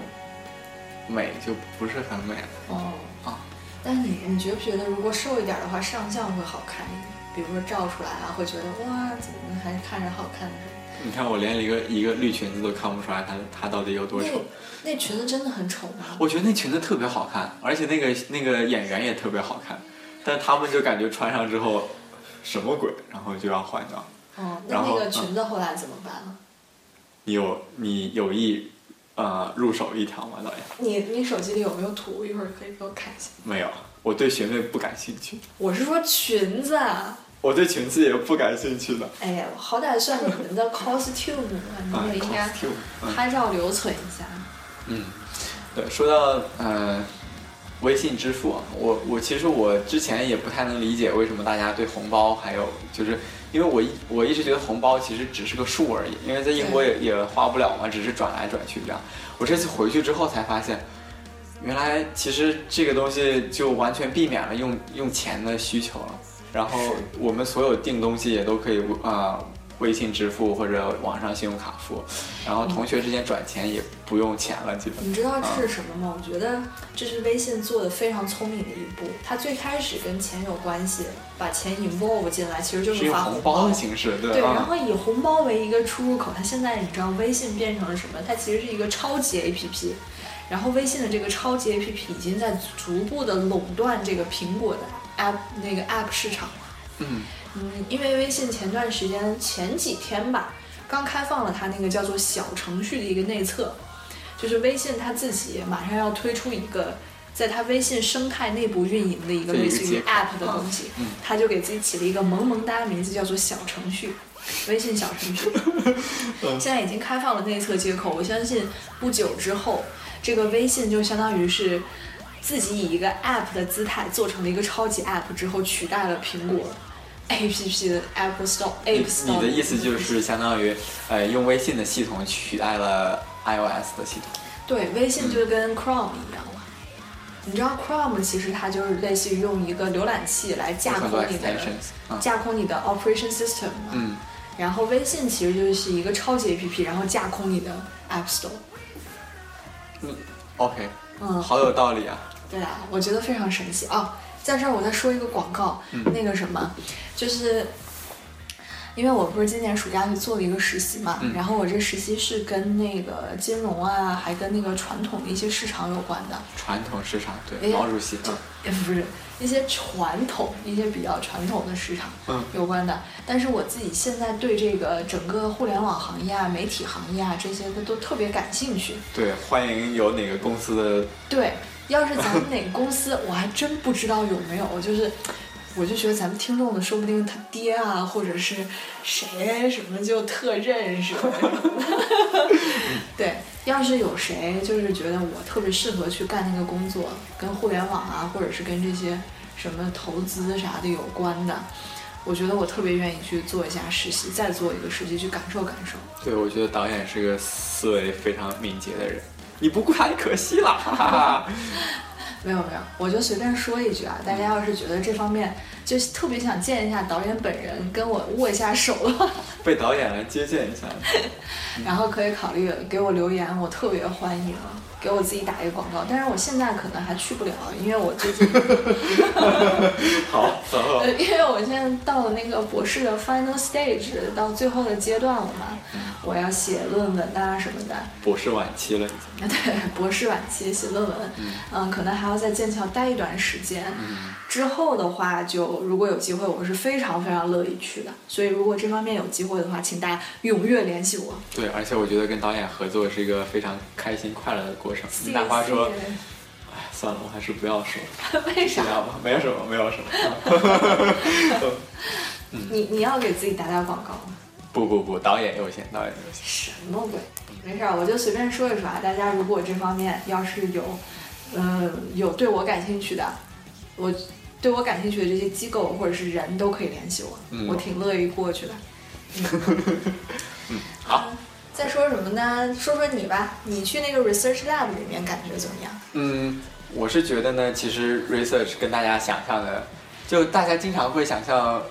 [SPEAKER 5] 美就不是很美了。
[SPEAKER 4] 哦
[SPEAKER 5] 啊。
[SPEAKER 4] 但你你觉不觉得，如果瘦一点的话，上相会好看一点？比如说照出来啊，会觉得哇，怎么还看着好看呢？
[SPEAKER 5] 你看我连一个一个绿裙子都看不出来她她到底有多丑，
[SPEAKER 4] 那那裙子真的很丑吗？
[SPEAKER 5] 我觉得那裙子特别好看，而且那个那个演员也特别好看，但他们就感觉穿上之后什么鬼，然后就要换掉。
[SPEAKER 4] 嗯，那
[SPEAKER 5] 然
[SPEAKER 4] 那
[SPEAKER 5] 后
[SPEAKER 4] 个裙子后来怎么办了？
[SPEAKER 5] 你有你有意呃入手一条吗，导演？
[SPEAKER 4] 你你手机里有没有图？一会儿可以给我看一下。
[SPEAKER 5] 没有，我对学妹不感兴趣，
[SPEAKER 4] 我是说裙子啊。
[SPEAKER 5] 我对裙子也不感兴趣的。
[SPEAKER 4] 哎呀，我好歹算你们的 costume 啊，你
[SPEAKER 5] 啊
[SPEAKER 4] 们也应该
[SPEAKER 5] costume，嗯
[SPEAKER 4] 拍照留存一下。
[SPEAKER 5] 嗯，对，说到呃微信支付啊，我我其实我之前也不太能理解为什么大家对红包还有就是。因为我一我一直觉得红包其实只是个数而已，因为在英国也也花不了嘛，只是转来转去这样。我这次回去之后才发现，原来其实这个东西就完全避免了用用钱的需求了。然后我们所有订东西也都可以啊、呃微信支付或者网上信用卡付，然后同学之间转钱也不用钱了，基本。
[SPEAKER 4] 你知道
[SPEAKER 5] 嗯
[SPEAKER 4] 这是什么吗？我觉得这是微信做的非常聪明的一步。它最开始跟钱有关系，把钱 involve 进来，其实就是是
[SPEAKER 5] 用
[SPEAKER 4] 发
[SPEAKER 5] 红
[SPEAKER 4] 包
[SPEAKER 5] 包的。形式，对
[SPEAKER 4] 对，
[SPEAKER 5] 啊
[SPEAKER 4] 然后以红包为一个出入口，它现在你知道微信变成了什么？它其实是一个超级 APP，然后微信的这个超级 APP 已经在逐步的垄断这个苹果的 app 那个 app 市场了。
[SPEAKER 5] 嗯，
[SPEAKER 4] 嗯，因为微信前段时间前几天吧，刚开放了它那个叫做小程序的一个内测，就是微信它自己马上要推出一个。在它微信生态内部运营的一个
[SPEAKER 5] 这一
[SPEAKER 4] 类
[SPEAKER 5] 个
[SPEAKER 4] 似于
[SPEAKER 5] 接口
[SPEAKER 4] App 的
[SPEAKER 5] 啊
[SPEAKER 4] 东西
[SPEAKER 5] 嗯，
[SPEAKER 4] 它就给自己起了一个萌萌哒的名字，叫做小程序，微信小程序。现在已经开放了内测接口，我相信不久之后，这个微信就相当于是自己以一个 App 的姿态做成了一个超级 App 之后，取代了苹果 APP 的 Apple Store。
[SPEAKER 5] 你
[SPEAKER 4] App
[SPEAKER 5] 你
[SPEAKER 4] Store
[SPEAKER 5] 的意思就是相当于，呃，用微信的系统取代了 iOS 的系统。
[SPEAKER 4] 对，微信就跟 Chrome 一样了。你知道 Chrome 其实它就是类似于用一个浏览器来架
[SPEAKER 5] 有很
[SPEAKER 4] 空
[SPEAKER 5] 多
[SPEAKER 4] 你的
[SPEAKER 5] extensions，嗯
[SPEAKER 4] 架空你的 operation system 嘛。
[SPEAKER 5] 嗯，
[SPEAKER 4] 然后微信其实就是一个超级 APP，然后架空你的 App Store。
[SPEAKER 5] 嗯，OK，
[SPEAKER 4] 嗯
[SPEAKER 5] 好有道理啊。
[SPEAKER 4] 对啊，我觉得非常神奇啊、在这儿我再说一个广告，那个什么，就是因为我不是今年暑假去做了一个实习嘛，然后我这实习是跟那个金融啊，还跟那个传统的一些市场有关的。
[SPEAKER 5] 传统市场
[SPEAKER 4] 哎
[SPEAKER 5] 对
[SPEAKER 4] 呀
[SPEAKER 5] 毛主席
[SPEAKER 4] 就也不是一些传统、一些比较传统的市场
[SPEAKER 5] 嗯
[SPEAKER 4] 有关的。但是我自己现在对这个整个互联网行业啊、媒体行业啊这些的都特别感兴趣。
[SPEAKER 5] 对，欢迎有哪个公司的
[SPEAKER 4] 对，要是咱们哪个公司，我还真不知道有没有，我就是。我就觉得咱们听众的，说不定他爹啊，或者是谁什么就特认识。对，要是有谁就是觉得我特别适合去干那个工作，跟互联网啊，或者是跟这些什么投资啥的有关的，我觉得我特别愿意去做一下实习，再做一个实习去感受感受。
[SPEAKER 5] 对，我觉得导演是个思维非常敏捷的人，你不太可惜了，哈哈哈。
[SPEAKER 4] 没有没有，我就随便说一句啊，大家要是觉得这方面就是特别想见一下导演本人，跟我握一下手的话，
[SPEAKER 5] 被导演来接见一下。
[SPEAKER 4] 然后可以考虑给我留言，我特别欢迎，给我自己打一个广告。但是我现在可能还去不了，因为我最近，
[SPEAKER 5] 好，然后
[SPEAKER 4] 呃因为我现在到了那个博士的 final stage，到最后的阶段了嘛，我要写论文啊什么的。
[SPEAKER 5] 博士晚期了已 经。
[SPEAKER 4] 对，博士晚期写论文，嗯、可能还要在剑桥待一段时间。
[SPEAKER 5] 嗯
[SPEAKER 4] 之后的话就，如果有机会，我是非常非常乐意去的。所以，如果这方面有机会的话，请大家踊跃联系我。
[SPEAKER 5] 对，而且我觉得跟导演合作是一个非常开心快乐的过程。大花说，哎，算了，我还是不要说了，
[SPEAKER 4] 为
[SPEAKER 5] 这
[SPEAKER 4] 啥？
[SPEAKER 5] 样吧，没有什么，没有什么。
[SPEAKER 4] 你你要给自己打打广告吗？
[SPEAKER 5] 不不不，导演优先，导演优先。
[SPEAKER 4] 什么鬼？没事儿，我就随便说一说啊。大家如果这方面要是有，呃，有对我感兴趣的，我对我感兴趣的这些机构或者是人都可以联系我，
[SPEAKER 5] 嗯
[SPEAKER 4] 我挺乐意过去的。嗯
[SPEAKER 5] 嗯好，
[SPEAKER 4] 再说什么呢？说说你吧，你去那个 research lab 里面感觉怎么样？
[SPEAKER 5] 嗯，我是觉得呢，其实 research 跟大家想象的，就大家经常会想象，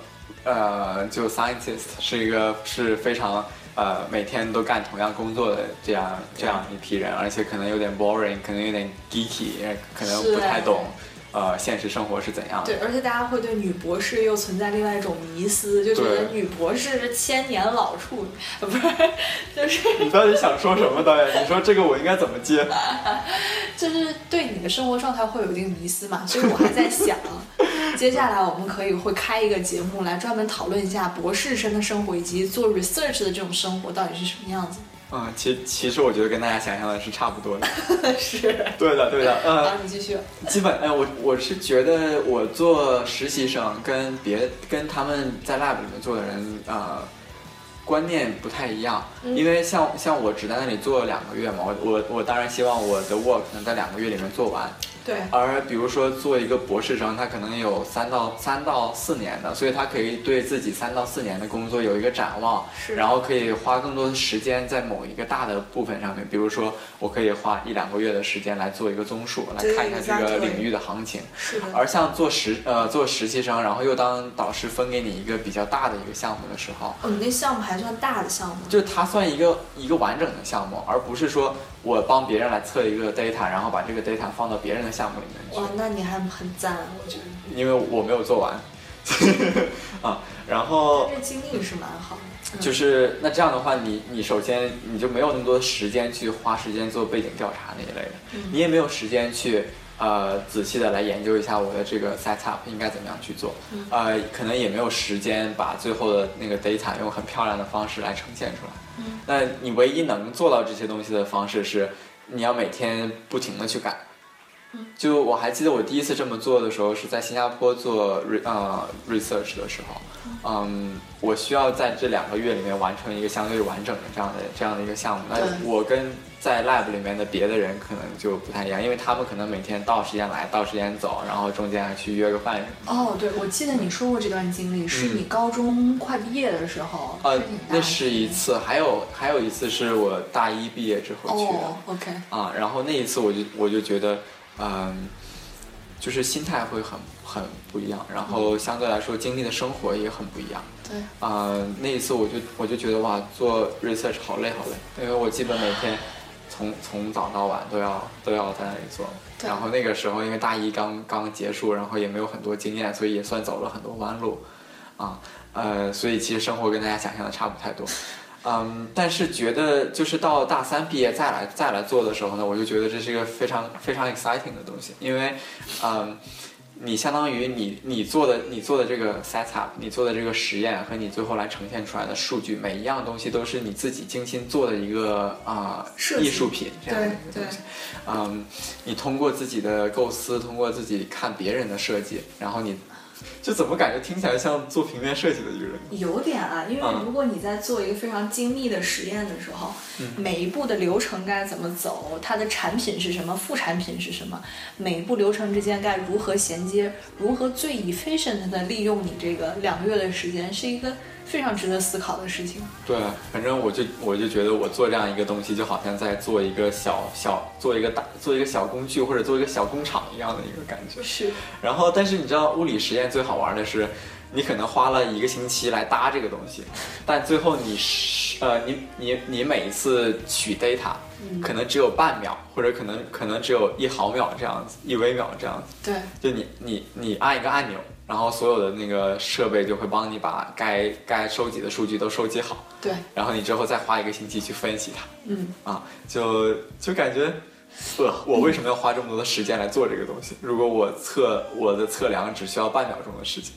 [SPEAKER 5] 呃，就 scientist 是一个是非常呃每天都干同样工作的这样这样一批人，而且可能有点 boring，可能有点 geeky，也可能
[SPEAKER 4] 是
[SPEAKER 5] 不太懂呃现实生活是怎样的
[SPEAKER 4] 对，。而且大家会对女博士又存在另外一种迷思，就觉得
[SPEAKER 5] 对
[SPEAKER 4] 女博士是千年老处女，呃不是， 就是
[SPEAKER 5] 你到底想说什么，导演？你说这个我应该怎么接？
[SPEAKER 4] 就是对你的生活状态会有一定迷思嘛。所以我还在想， 接下来我们可以会开一个节目来专门讨论一下博士生的生活，以及做 research 的这种生活到底是什么样子。
[SPEAKER 5] 啊，其其实我觉得跟大家想象的是差不多的。
[SPEAKER 4] 是，
[SPEAKER 5] 对的，对的，呃
[SPEAKER 4] 好，，你继续。
[SPEAKER 5] 基本，哎，我我是觉得我做实习生跟别跟他们在 lab 里面做的人，呃，观念不太一样。因为像像我只在那里做了两个月嘛，我我我当然希望我的 work 能在两个月里面做完。
[SPEAKER 4] 对，
[SPEAKER 5] 而比如说做一个博士生，他可能有三到三到四年的，所以他可以对自己三到四年的工作有一个展望，
[SPEAKER 4] 是
[SPEAKER 5] 然后可以花更多的时间在某一个大的部分上面。比如说，我可以花一两个月的时间来做一个综述，来
[SPEAKER 4] 对
[SPEAKER 5] 看一下这个
[SPEAKER 4] exactly
[SPEAKER 5] 领域的行情。
[SPEAKER 4] 是的，
[SPEAKER 5] 而像做实呃做实习生，然后又当导师分给你一个比较大的一个项目的时候，
[SPEAKER 4] 我哦们那项目还算大的项目。
[SPEAKER 5] 就是它算一个一个完整的项目，而不是说我帮别人来测一个 data，然后把这个 data 放到别人的项目里面去。
[SPEAKER 4] 哇，那你还很赞，我觉得
[SPEAKER 5] 因为我没有做完 啊。然后
[SPEAKER 4] 这经历是蛮好的。嗯
[SPEAKER 5] 就是那这样的话，你你首先你就没有那么多时间去花时间做背景调查那一类的，你也没有时间去。呃，仔细的来研究一下我的这个 setup 应该怎么样去做，呃，可能也没有时间把最后的那个 data 用很漂亮的方式来呈现出来。那你唯一能做到这些东西的方式是，你要每天不停的去改。
[SPEAKER 4] 嗯
[SPEAKER 5] 就我还记得我第一次这么做的时候是在新加坡做 re 呃 research 的时候，嗯，我需要在这两个月里面完成一个相对完整的这样的这样的一个项目。
[SPEAKER 4] 对
[SPEAKER 5] 那我跟在 lab 里面的别的人可能就不太一样，因为他们可能每天到时间来，到时间走，然后中间还去约个饭什么的。
[SPEAKER 4] 哦，对，我记得你说过这段经历，是你高中快毕业的时候，
[SPEAKER 5] 呃
[SPEAKER 4] 是你，大
[SPEAKER 5] 嗯那是一次，还有还有一次是我大一毕业之后去的。
[SPEAKER 4] 哦，OK，
[SPEAKER 5] 啊，然后那一次我就我就觉得，嗯，就是心态会很很不一样，然后相对来说经历的生活也很不一样。
[SPEAKER 4] 对，
[SPEAKER 5] 啊、那一次我就我就觉得哇，做 research 好累好累，因为我基本每天从从早到晚都要都要在那里做。
[SPEAKER 4] 对
[SPEAKER 5] 然后那个时候因为大一刚刚结束，然后也没有很多经验，所以也算走了很多弯路，啊，呃，所以其实生活跟大家想象的差不太多。嗯，但是觉得就是到大三毕业再来再来做的时候呢，我就觉得这是一个非常非常 exciting 的东西，因为，嗯，你相当于你你做的你做的这个 setup，你做的这个实验和你最后来呈现出来的数据，每一样东西都是你自己精心做的一个啊、
[SPEAKER 4] 设计
[SPEAKER 5] 艺术品这样的啊一个东西。嗯，你通过自己的构思，通过自己看别人的设计，然后你就怎么感觉听起来像做平面设计的一个人？
[SPEAKER 4] 有点啊，因为
[SPEAKER 5] 嗯
[SPEAKER 4] 如果你在做一个非常精密的实验的时候，每一步的流程该怎么走，它的产品是什么，副产品是什么，每一步流程之间该如何衔接，如何最 efficient 的利用你这个两个月的时间，是一个非常值得思考的事情。
[SPEAKER 5] 对，反正我就我就觉得我做这样一个东西，就好像在做一个小小做一个大做一个小工具或者做一个小工厂一样的一个感觉。
[SPEAKER 4] 是，
[SPEAKER 5] 然后，但是你知道物理实验最好玩的是，你可能花了一个星期来搭这个东西，但最后你是呃你你你每一次取 data，可能只有半秒，或者可能可能只有一毫秒这样子，一微秒这样子。
[SPEAKER 4] 对，
[SPEAKER 5] 就你你你按一个按钮，然后所有的那个设备就会帮你把该该收集的数据都收集好，
[SPEAKER 4] 对，
[SPEAKER 5] 然后你之后再花一个星期去分析它，
[SPEAKER 4] 嗯，
[SPEAKER 5] 啊，就就感觉，呃，我为什么要花这么多的时间来做这个东 西？如果我测我的测量只需要半秒钟的事情。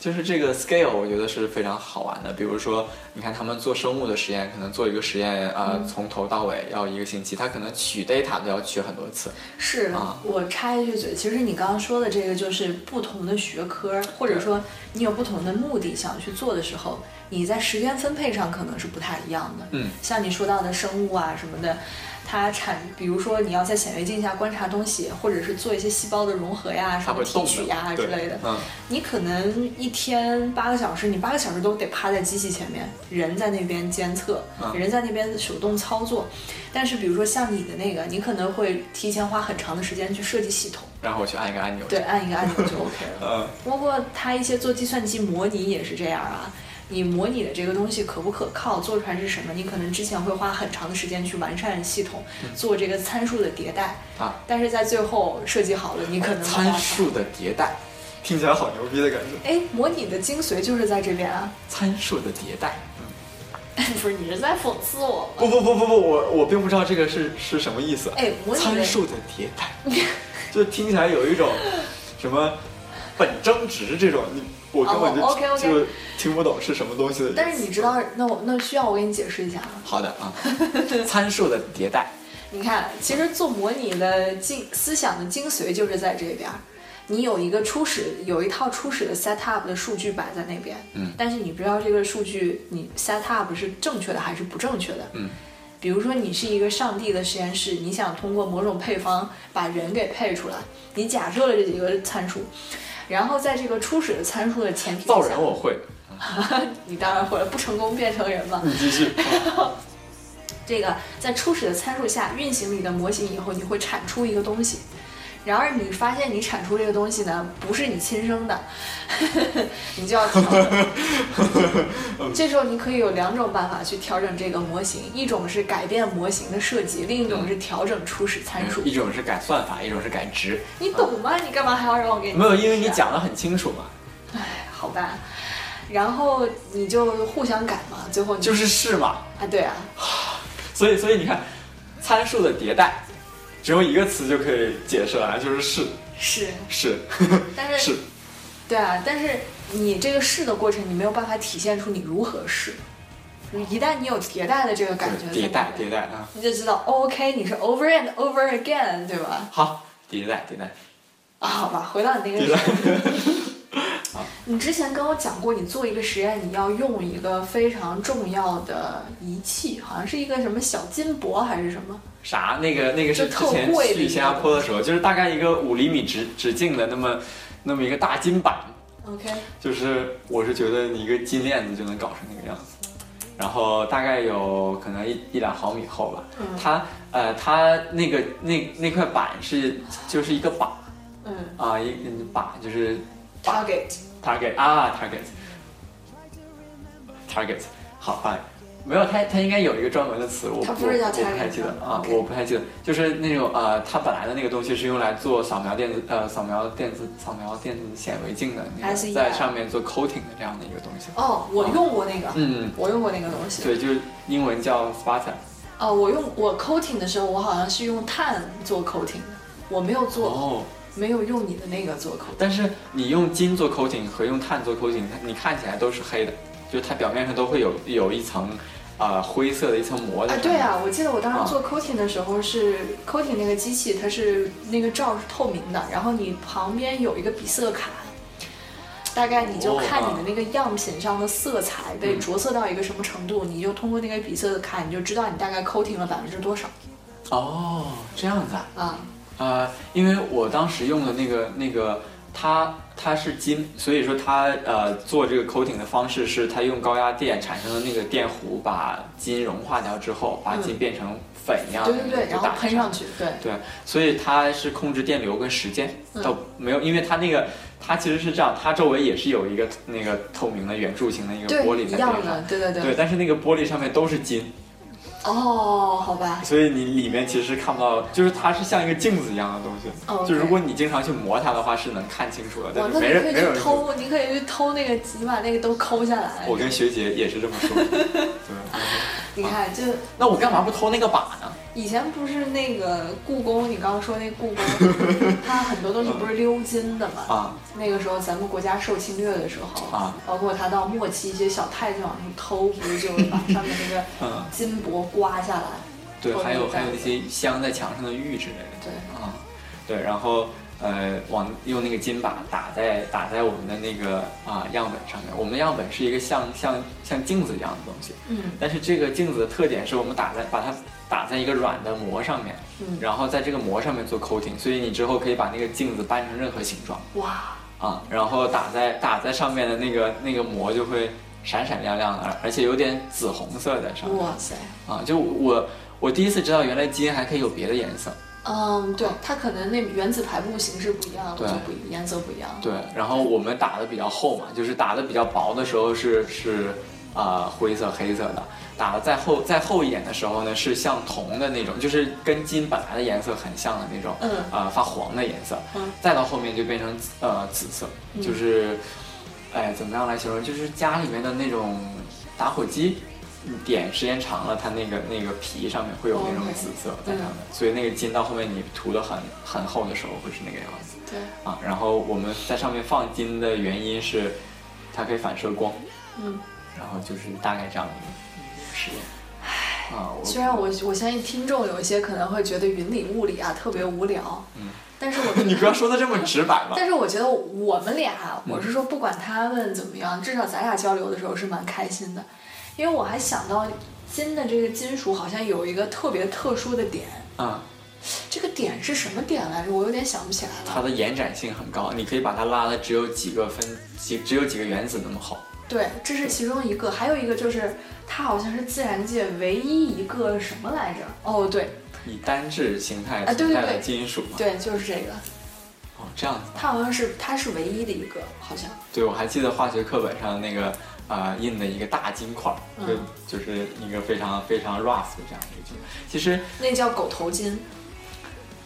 [SPEAKER 5] 就是这个 scale，我觉得是非常好玩的。比如说，你看他们做生物的实验，可能做一个实验，呃，
[SPEAKER 4] 嗯
[SPEAKER 5] 从头到尾要一个星期，他可能取 data 都要取很多次。
[SPEAKER 4] 是
[SPEAKER 5] 啊
[SPEAKER 4] 我插一句嘴，其实你刚刚说的这个就是不同的学科，或者说你有不同的目的想去做的时候，你在时间分配上可能是不太一样的。
[SPEAKER 5] 嗯，
[SPEAKER 4] 像你说到的生物啊什么的，它产，比如说你要在显微镜下观察东西，或者是做一些细胞的融合呀、
[SPEAKER 5] 它
[SPEAKER 4] 什么
[SPEAKER 5] 会
[SPEAKER 4] 提
[SPEAKER 5] 动的
[SPEAKER 4] 啊取呀之
[SPEAKER 5] 对
[SPEAKER 4] 类的，
[SPEAKER 5] 嗯，
[SPEAKER 4] 你可能一天八个小时，你八个小时都得趴在机器前面，人在那边监测，
[SPEAKER 5] 嗯
[SPEAKER 4] 人在那边手动操作。但是比如说像你的那个，你可能会提前花很长的时间去设计系统，
[SPEAKER 5] 然后我去按一个按钮。
[SPEAKER 4] 对，，按一个按钮 就 OK 了。
[SPEAKER 5] 嗯，
[SPEAKER 4] 包括它一些做计算机模拟也是这样啊。你模拟的这个东西可不可靠，做出来是什么？你可能之前会花很长的时间去完善系统，做这个参数的迭代
[SPEAKER 5] 啊。
[SPEAKER 4] 但是在最后设计好了，你可能没办
[SPEAKER 5] 参
[SPEAKER 4] 法
[SPEAKER 5] 数的迭代，听起来好牛逼的感觉。
[SPEAKER 4] 哎，模拟的精髓就是在这边啊。
[SPEAKER 5] 参数的迭代，
[SPEAKER 4] 不是，你是在讽刺我吗？
[SPEAKER 5] 不不不不不，我我并不知道这个是是什么意
[SPEAKER 4] 哎
[SPEAKER 5] 思。
[SPEAKER 4] 哎模拟的
[SPEAKER 5] 参数的迭代，就听起来有一种什么本争执这种，你我根本就、
[SPEAKER 4] 哦，OK，OK
[SPEAKER 5] 就听不懂是什么东西的意思。
[SPEAKER 4] 但是你知道，那我那需要我给你解释一下吗？
[SPEAKER 5] 好的啊，参数的迭代，
[SPEAKER 4] 你看，其实做模拟的精思想的精髓就是在这边儿。你有一个初始，有一套初始的 set up 的数据摆在那边，
[SPEAKER 5] 嗯
[SPEAKER 4] 但是你不知道这个数据你 set up 是正确的还是不正确的，
[SPEAKER 5] 嗯，
[SPEAKER 4] 比如说你是一个上帝的实验室，你想通过某种配方把人给配出来，你假设了这几个参数，然后在这个初始的参数的前提
[SPEAKER 5] 造
[SPEAKER 4] 下
[SPEAKER 5] 人，我会，
[SPEAKER 4] 你当然会了，不成功变成人嘛，
[SPEAKER 5] 你继续。
[SPEAKER 4] 这个在初始的参数下运行你的模型以后，你会产出一个东西。然而你发现你产出这个东西呢，不是你亲生的， 你就要调整。这时候你可以有两种办法去调整这个模型，一种是改变模型的设计，另一种是调整初始参数。
[SPEAKER 5] 哎一种是改算法，一种是改值，
[SPEAKER 4] 你懂吗？你干嘛还要让我给你？啊
[SPEAKER 5] 没有，因为你。讲的很清楚嘛，
[SPEAKER 4] 哎好吧，然后你就互相改嘛，最后你
[SPEAKER 5] 就是是嘛，
[SPEAKER 4] 啊，对啊，
[SPEAKER 5] 所以所以你看，参数的迭代，只用一个词就可以解释了，就是是
[SPEAKER 4] 是，
[SPEAKER 5] 是
[SPEAKER 4] 但是
[SPEAKER 5] 是，
[SPEAKER 4] 对啊，但是你这个试的过程，你没有办法体现出你如何试。一旦你有迭代的这个感觉在里
[SPEAKER 5] 对
[SPEAKER 4] 面，
[SPEAKER 5] 迭代迭代啊，
[SPEAKER 4] 你就知道哦 OK，你是 over and over again，对吧？
[SPEAKER 5] 好，迭代迭代，
[SPEAKER 4] 啊，好吧，回到你那个
[SPEAKER 5] 迭代
[SPEAKER 4] 实验， 你之前跟我讲过，你做一个实验，你要用一个非常重要的仪器，好像是一个什么小金箔还是什么？
[SPEAKER 5] 啥？那个那个是
[SPEAKER 4] 就
[SPEAKER 5] 之
[SPEAKER 4] 特
[SPEAKER 5] 前
[SPEAKER 4] 贵的
[SPEAKER 5] 去新加坡的时候，就是大概一个五厘米直直径的那么那么一个大金板，
[SPEAKER 4] OK，
[SPEAKER 5] 就是我是觉得你一个金链子就能搞成那个样子，然后大概有可能一一两毫米厚吧。
[SPEAKER 4] 嗯
[SPEAKER 5] 它呃它那个那那块板是就是一个靶
[SPEAKER 4] 嗯
[SPEAKER 5] 啊一嗯靶就是
[SPEAKER 4] ，target，
[SPEAKER 5] target 啊 target target 好 fine。没有，它它应该有一个专门的词，我
[SPEAKER 4] 它
[SPEAKER 5] 我
[SPEAKER 4] 不是叫
[SPEAKER 5] 我不太
[SPEAKER 4] target
[SPEAKER 5] 记得
[SPEAKER 4] 吗
[SPEAKER 5] 啊
[SPEAKER 4] OK
[SPEAKER 5] 我不太记得，就是那种呃，它本来的那个东西是用来做扫描电子呃扫描电子扫描电子显微镜的那个，
[SPEAKER 4] SEI
[SPEAKER 5] 在上面做 coating 的这样的一个东西。
[SPEAKER 4] E，啊哦，我用过那个，
[SPEAKER 5] 嗯，
[SPEAKER 4] 我用过那个东西。
[SPEAKER 5] 对，就是英文叫 spotter，
[SPEAKER 4] 哦，我用我 coating 的时候，我好像是用碳做 coating 的，我没有做，
[SPEAKER 5] 哦，
[SPEAKER 4] 没有用你的那个做 coating。
[SPEAKER 5] 但是你用金做 coating 和用碳做 coating，它你看起来都是黑的，就它表面上都会有有一层啊、呃灰色的一层膜在
[SPEAKER 4] 啊，
[SPEAKER 5] 上
[SPEAKER 4] 对
[SPEAKER 5] 面。
[SPEAKER 4] 啊，我记得我当
[SPEAKER 5] 啊
[SPEAKER 4] 时做 coating 的时候是、coating 那个机器，它是那个罩是透明的，然后你旁边有一个比色卡，大概你就
[SPEAKER 5] 哦
[SPEAKER 4] 看
[SPEAKER 5] 啊
[SPEAKER 4] 你的那个样品上的色彩被
[SPEAKER 5] 嗯
[SPEAKER 4] 着色到一个什么程度，你就通过那个比色卡，你就知道你大概 coating 了百分之多少
[SPEAKER 5] 哦，这样子啊，
[SPEAKER 4] 啊。
[SPEAKER 5] 呃，因为我当时用的那个那个它。它是金，所以说它呃做这个 coating 的方式是它用高压电产生的那个电弧把金融化掉之后，把金变成粉一样的
[SPEAKER 4] 对对对，
[SPEAKER 5] 啊就
[SPEAKER 4] 然后
[SPEAKER 5] 打
[SPEAKER 4] 喷上去，对，
[SPEAKER 5] 对，所以它是控制电流跟时间，
[SPEAKER 4] 嗯
[SPEAKER 5] 倒没有，因为它那个它其实是这样，它周围也是有一个那个透明的圆柱形的一个
[SPEAKER 4] 对
[SPEAKER 5] 玻璃
[SPEAKER 4] 一
[SPEAKER 5] 在
[SPEAKER 4] 样
[SPEAKER 5] 边
[SPEAKER 4] 的
[SPEAKER 5] 上。，
[SPEAKER 4] 对对
[SPEAKER 5] 对，。但是那个玻璃上面都是金，
[SPEAKER 4] 哦，好吧，
[SPEAKER 5] 所以你里面其实是看不到，就是它是像一个镜子一样的东西。
[SPEAKER 4] 哦
[SPEAKER 5] 就
[SPEAKER 4] 对
[SPEAKER 5] 如果你经常去磨它的话，是能看清楚的，
[SPEAKER 4] 哇
[SPEAKER 5] 但，是
[SPEAKER 4] 那
[SPEAKER 5] 没
[SPEAKER 4] 你可
[SPEAKER 5] 人
[SPEAKER 4] 以
[SPEAKER 5] 没有人
[SPEAKER 4] 去
[SPEAKER 5] 去。
[SPEAKER 4] 偷，你可以去偷那个，你把那个都抠下来。
[SPEAKER 5] 我跟学姐也是这么 说。对，
[SPEAKER 4] 你看，就
[SPEAKER 5] 那我干嘛不偷那个靶呢？
[SPEAKER 4] 以前不是那个故宫，你刚刚说那故宫，它很多东西不是鎏金的嘛？
[SPEAKER 5] 啊，
[SPEAKER 4] 那个时候咱们国家受侵略的时候，
[SPEAKER 5] 啊，
[SPEAKER 4] 包括它到末期一些小太监往出偷，不是就把上面那
[SPEAKER 5] 嗯
[SPEAKER 4] 个金箔刮下来？
[SPEAKER 5] 对，
[SPEAKER 4] 偷
[SPEAKER 5] 还
[SPEAKER 4] 那
[SPEAKER 5] 有
[SPEAKER 4] 个
[SPEAKER 5] 还有
[SPEAKER 4] 袋
[SPEAKER 5] 那
[SPEAKER 4] 子
[SPEAKER 5] 些镶在墙上的玉之类的。
[SPEAKER 4] 对，
[SPEAKER 5] 啊，对，然后呃，往用那个金把打在打在我们的那个啊、样本上面。我们的样本是一个像像像镜子一样的东西，
[SPEAKER 4] 嗯
[SPEAKER 5] 但是这个镜子的特点是我们打在把它打在一个软的膜上面，
[SPEAKER 4] 嗯，
[SPEAKER 5] 然后在这个膜上面做 coating，所以你之后可以把那个镜子掰成任何形状
[SPEAKER 4] 哇，
[SPEAKER 5] 啊，然后打在打在上面的那个那个膜就会闪闪亮亮的，而而且有点紫红色在上面
[SPEAKER 4] 哇塞，
[SPEAKER 5] 啊，就我我第一次知道原来基因还可以有别的颜色。
[SPEAKER 4] 嗯，对，它可能那原子排布形式不一样了，就
[SPEAKER 5] 对
[SPEAKER 4] 不一颜色不一样了。
[SPEAKER 5] 对，然后我们打的比较厚嘛，就是打的比较薄的时候是是啊、呃灰色黑色的，打的再厚再厚一点的时候呢是像铜的那种，就是跟金本来的颜色很像的那种，
[SPEAKER 4] 嗯
[SPEAKER 5] 呃发黄的颜色，
[SPEAKER 4] 嗯
[SPEAKER 5] 再到后面就变成紫呃紫色，就是，哎怎么样来形容？就是家里面的那种打火机。点时间长了，它那个那个皮上面会有那种
[SPEAKER 6] OK，
[SPEAKER 5] 紫色在
[SPEAKER 6] 嗯
[SPEAKER 5] 上面，所以那个筋到后面你涂的很很厚的时候会是那个样子
[SPEAKER 6] 对，
[SPEAKER 5] 啊。然后我们在上面放金的原因是它可以反射光，
[SPEAKER 6] 嗯，
[SPEAKER 5] 然后就是大概这样的一个一个实验。啊，我
[SPEAKER 4] 虽然我我相信听众有一些可能会觉得云里雾里啊特别无聊，
[SPEAKER 5] 嗯
[SPEAKER 4] 但是我觉得
[SPEAKER 5] 你不要说的嗯这么直白嘛。
[SPEAKER 4] 但是我觉得我们俩，我是说不管他们怎么样，至少咱俩交流的时候是蛮开心的，因为我还想到金的这个金属好像有一个特别特殊的点，
[SPEAKER 5] 啊，
[SPEAKER 4] 这个点是什么点来着？我有点想不起来
[SPEAKER 5] 它
[SPEAKER 4] 了。
[SPEAKER 5] 的延展性很高，你可以把它拉的只有几个分几只有几个原子那么厚。
[SPEAKER 4] 对，这是其中一个，还有一个就是它好像是自然界唯一一个什么来着？哦，对
[SPEAKER 5] 以单质形态
[SPEAKER 4] 啊对
[SPEAKER 5] 存
[SPEAKER 4] 对
[SPEAKER 5] 在的
[SPEAKER 4] 对
[SPEAKER 5] 金属嘛，
[SPEAKER 4] 对，就是这个，
[SPEAKER 5] 哦，这样子。
[SPEAKER 4] 它好像是它是唯一的一个，好像
[SPEAKER 5] 对，我还记得化学课本上那个呃印的一个大金块儿，
[SPEAKER 4] 嗯
[SPEAKER 5] 就就是一个非常非常 rough 的这样一个金。其实
[SPEAKER 4] 那叫狗头金，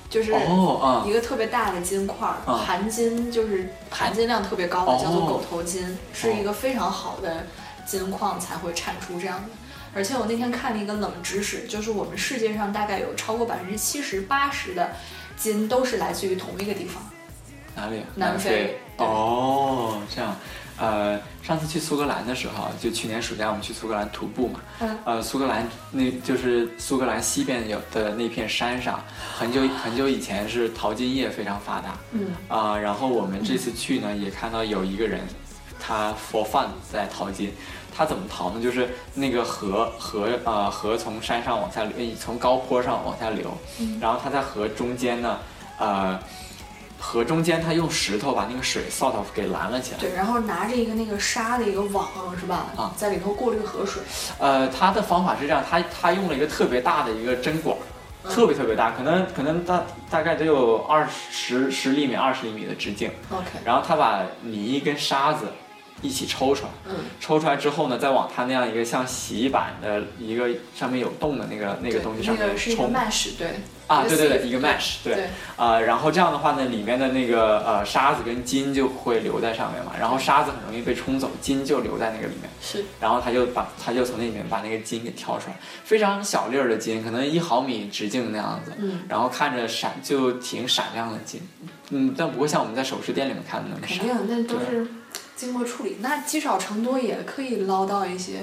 [SPEAKER 4] 就是
[SPEAKER 5] 哦啊
[SPEAKER 4] 一个特别大的金块儿，
[SPEAKER 5] 嗯
[SPEAKER 4] 含金就是含金量特别高的，
[SPEAKER 5] 哦
[SPEAKER 4] 叫做狗头金，是一个非常好的金矿才会产出这样的。而且我那天看了一个冷知识，就是我们世界上大概有超过百分之七十八十的金都是来自于同一个地方。
[SPEAKER 5] 哪里啊？
[SPEAKER 4] 南非
[SPEAKER 5] 非。哦，这样。呃，上次去苏格兰的时候，就去年暑假我们去苏格兰徒步嘛。
[SPEAKER 4] 嗯
[SPEAKER 5] 呃，苏格兰那就是苏格兰西边有的那片山上，很久很久以前是淘金业非常发达。
[SPEAKER 4] 嗯。
[SPEAKER 5] 啊、然后我们这次去呢，也看到有一个人，他 for fun 在淘金。他怎么淘呢？就是那个河河呃河从山上往下流，呃从高坡上往下流，然后他在河中间呢，呃，河中间他用石头把那个水 sort of 给拦了起来。
[SPEAKER 4] 对，然后拿着一个那个纱的一个网是吧？
[SPEAKER 5] 啊
[SPEAKER 4] 在里头过滤河水。
[SPEAKER 5] 呃，他的方法是这样，他他用了一个特别大的一个针管，特别特别大，可能可能大大概得有二十十厘米、二十厘米的直径。
[SPEAKER 4] OK，
[SPEAKER 5] 然后他把泥跟沙子一起抽出来，
[SPEAKER 4] 嗯
[SPEAKER 5] 抽出来之后呢，再往他那样一个像洗衣板的一个上面有洞的那个那个东西
[SPEAKER 4] 对
[SPEAKER 5] 上
[SPEAKER 4] 那
[SPEAKER 5] 面
[SPEAKER 4] 个是一个
[SPEAKER 5] 冲
[SPEAKER 4] mesh，对。
[SPEAKER 5] 啊，对对对，
[SPEAKER 4] sleeve
[SPEAKER 5] 一个 mesh，对，
[SPEAKER 4] 对
[SPEAKER 5] 啊、然后这样的话呢，里面的那个呃沙子跟金就会留在上面嘛，然后沙子很容易被冲走，金就留在那个里面，
[SPEAKER 4] 是，
[SPEAKER 5] 然后他就把他就从那里面把那个金给挑出来，非常小粒儿的金，可能一毫米直径那样子，
[SPEAKER 4] 嗯，
[SPEAKER 5] 然后看着闪就挺闪亮的金，嗯，但不会像我们在首饰店里面看的那么
[SPEAKER 4] 肯
[SPEAKER 5] 闪
[SPEAKER 4] 定，那都
[SPEAKER 5] 对
[SPEAKER 4] 是经过处理。那积少成多也可以捞到一些，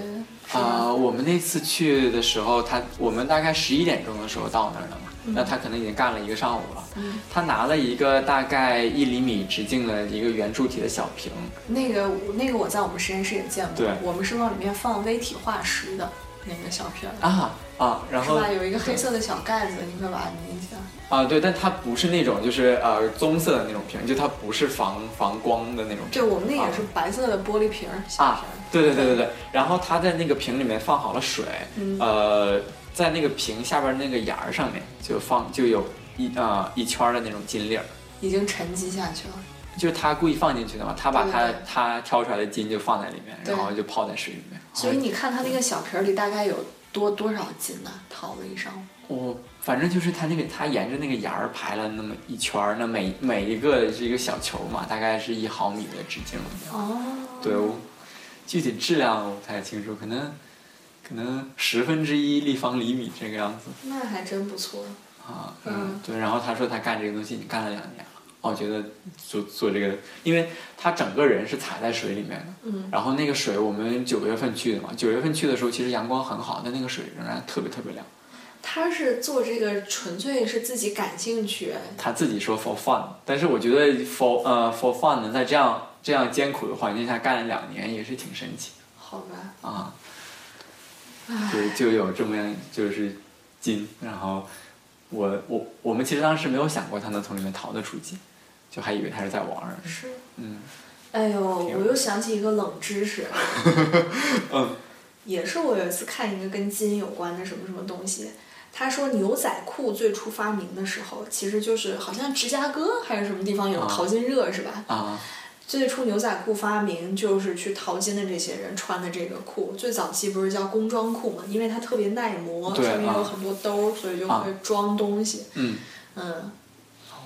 [SPEAKER 4] 是吧
[SPEAKER 5] 啊、我们那次去的时候，他我们大概十一点钟的时候到那儿了嘛，
[SPEAKER 4] 嗯
[SPEAKER 5] 那他可能已经干了一个上午了。他拿了一个大概一厘米直径的一个圆柱体的小瓶，
[SPEAKER 4] 那个那个我在我们实验室也见过，
[SPEAKER 5] 对
[SPEAKER 4] 我们是往里面放微体化石的那个小片儿，
[SPEAKER 5] 啊啊，然
[SPEAKER 4] 是
[SPEAKER 5] 后
[SPEAKER 4] 吧？有一个黑色的小盖子，你会把它拧起来。
[SPEAKER 5] 啊对，但它不是那种就是呃棕色的那种瓶，就它不是防防光的那种瓶
[SPEAKER 4] 对，我们那也是白色的玻璃瓶儿，小
[SPEAKER 5] 啊
[SPEAKER 4] 瓶儿。，
[SPEAKER 5] 对对对对对，然后他在那个瓶里面放好了水，
[SPEAKER 4] 嗯
[SPEAKER 5] 呃，在那个瓶下边那个沿儿上面就放就有一呃一圈儿的那种金粒儿。
[SPEAKER 4] 已经沉积下去了。
[SPEAKER 5] 就是他故意放进去的嘛，他把他
[SPEAKER 4] 对
[SPEAKER 5] 他挑出来的筋就放在里面，
[SPEAKER 4] 对
[SPEAKER 5] 然后就泡在水里面。
[SPEAKER 4] 所以你看它那个小瓶儿里大概有多多少斤呢、淘了一上午。
[SPEAKER 5] 我反正就是他那个他沿着那个沿儿排了那么一圈儿，那每每一个是一个小球嘛，大概是一毫米的直径。
[SPEAKER 4] 哦，
[SPEAKER 5] 对，我具体质量我不太清楚，可能可能十分之一立方厘米这个样子
[SPEAKER 4] 那还真不错。
[SPEAKER 5] 啊。
[SPEAKER 4] 嗯
[SPEAKER 5] 对。然后他说他干这个东西已经干了两年了，哦我觉得做做这个，因为他整个人是踩在水里面的。
[SPEAKER 4] 嗯，
[SPEAKER 5] 然后那个水，我们九月份去的嘛，九月份去的时候其实阳光很好，但那个水仍然特别特别亮。
[SPEAKER 4] 他是做这个纯粹是自己感兴趣，
[SPEAKER 5] 他自己说 for fun，但是我觉得 for 呃 for fun 呢，在这样这样艰苦的环境下干了两年也是挺神奇
[SPEAKER 4] 好吧？
[SPEAKER 5] 的啊。就就有这么样就是金，然后我我我们其实当时没有想过他能从里面逃得出金，就还以为他是在玩儿。
[SPEAKER 4] 是。
[SPEAKER 5] 嗯，
[SPEAKER 4] 哎呦，我又想起一个冷知识，啊
[SPEAKER 5] 嗯，
[SPEAKER 4] 也是我有一次看一个跟金有关的什么什么东西，他说牛仔裤最初发明的时候，其实就是好像芝加哥还是什么地方有
[SPEAKER 5] 啊
[SPEAKER 4] 淘金热是吧？
[SPEAKER 5] 啊
[SPEAKER 4] 最初牛仔裤发明就是去淘金的这些人穿的这个裤，最早期不是叫工装裤嘛，因为它特别耐磨，
[SPEAKER 5] 对
[SPEAKER 4] 上面有
[SPEAKER 5] 啊
[SPEAKER 4] 很多兜儿，所以就会
[SPEAKER 5] 啊
[SPEAKER 4] 装东西。
[SPEAKER 5] 嗯，
[SPEAKER 4] 嗯，
[SPEAKER 5] 哦，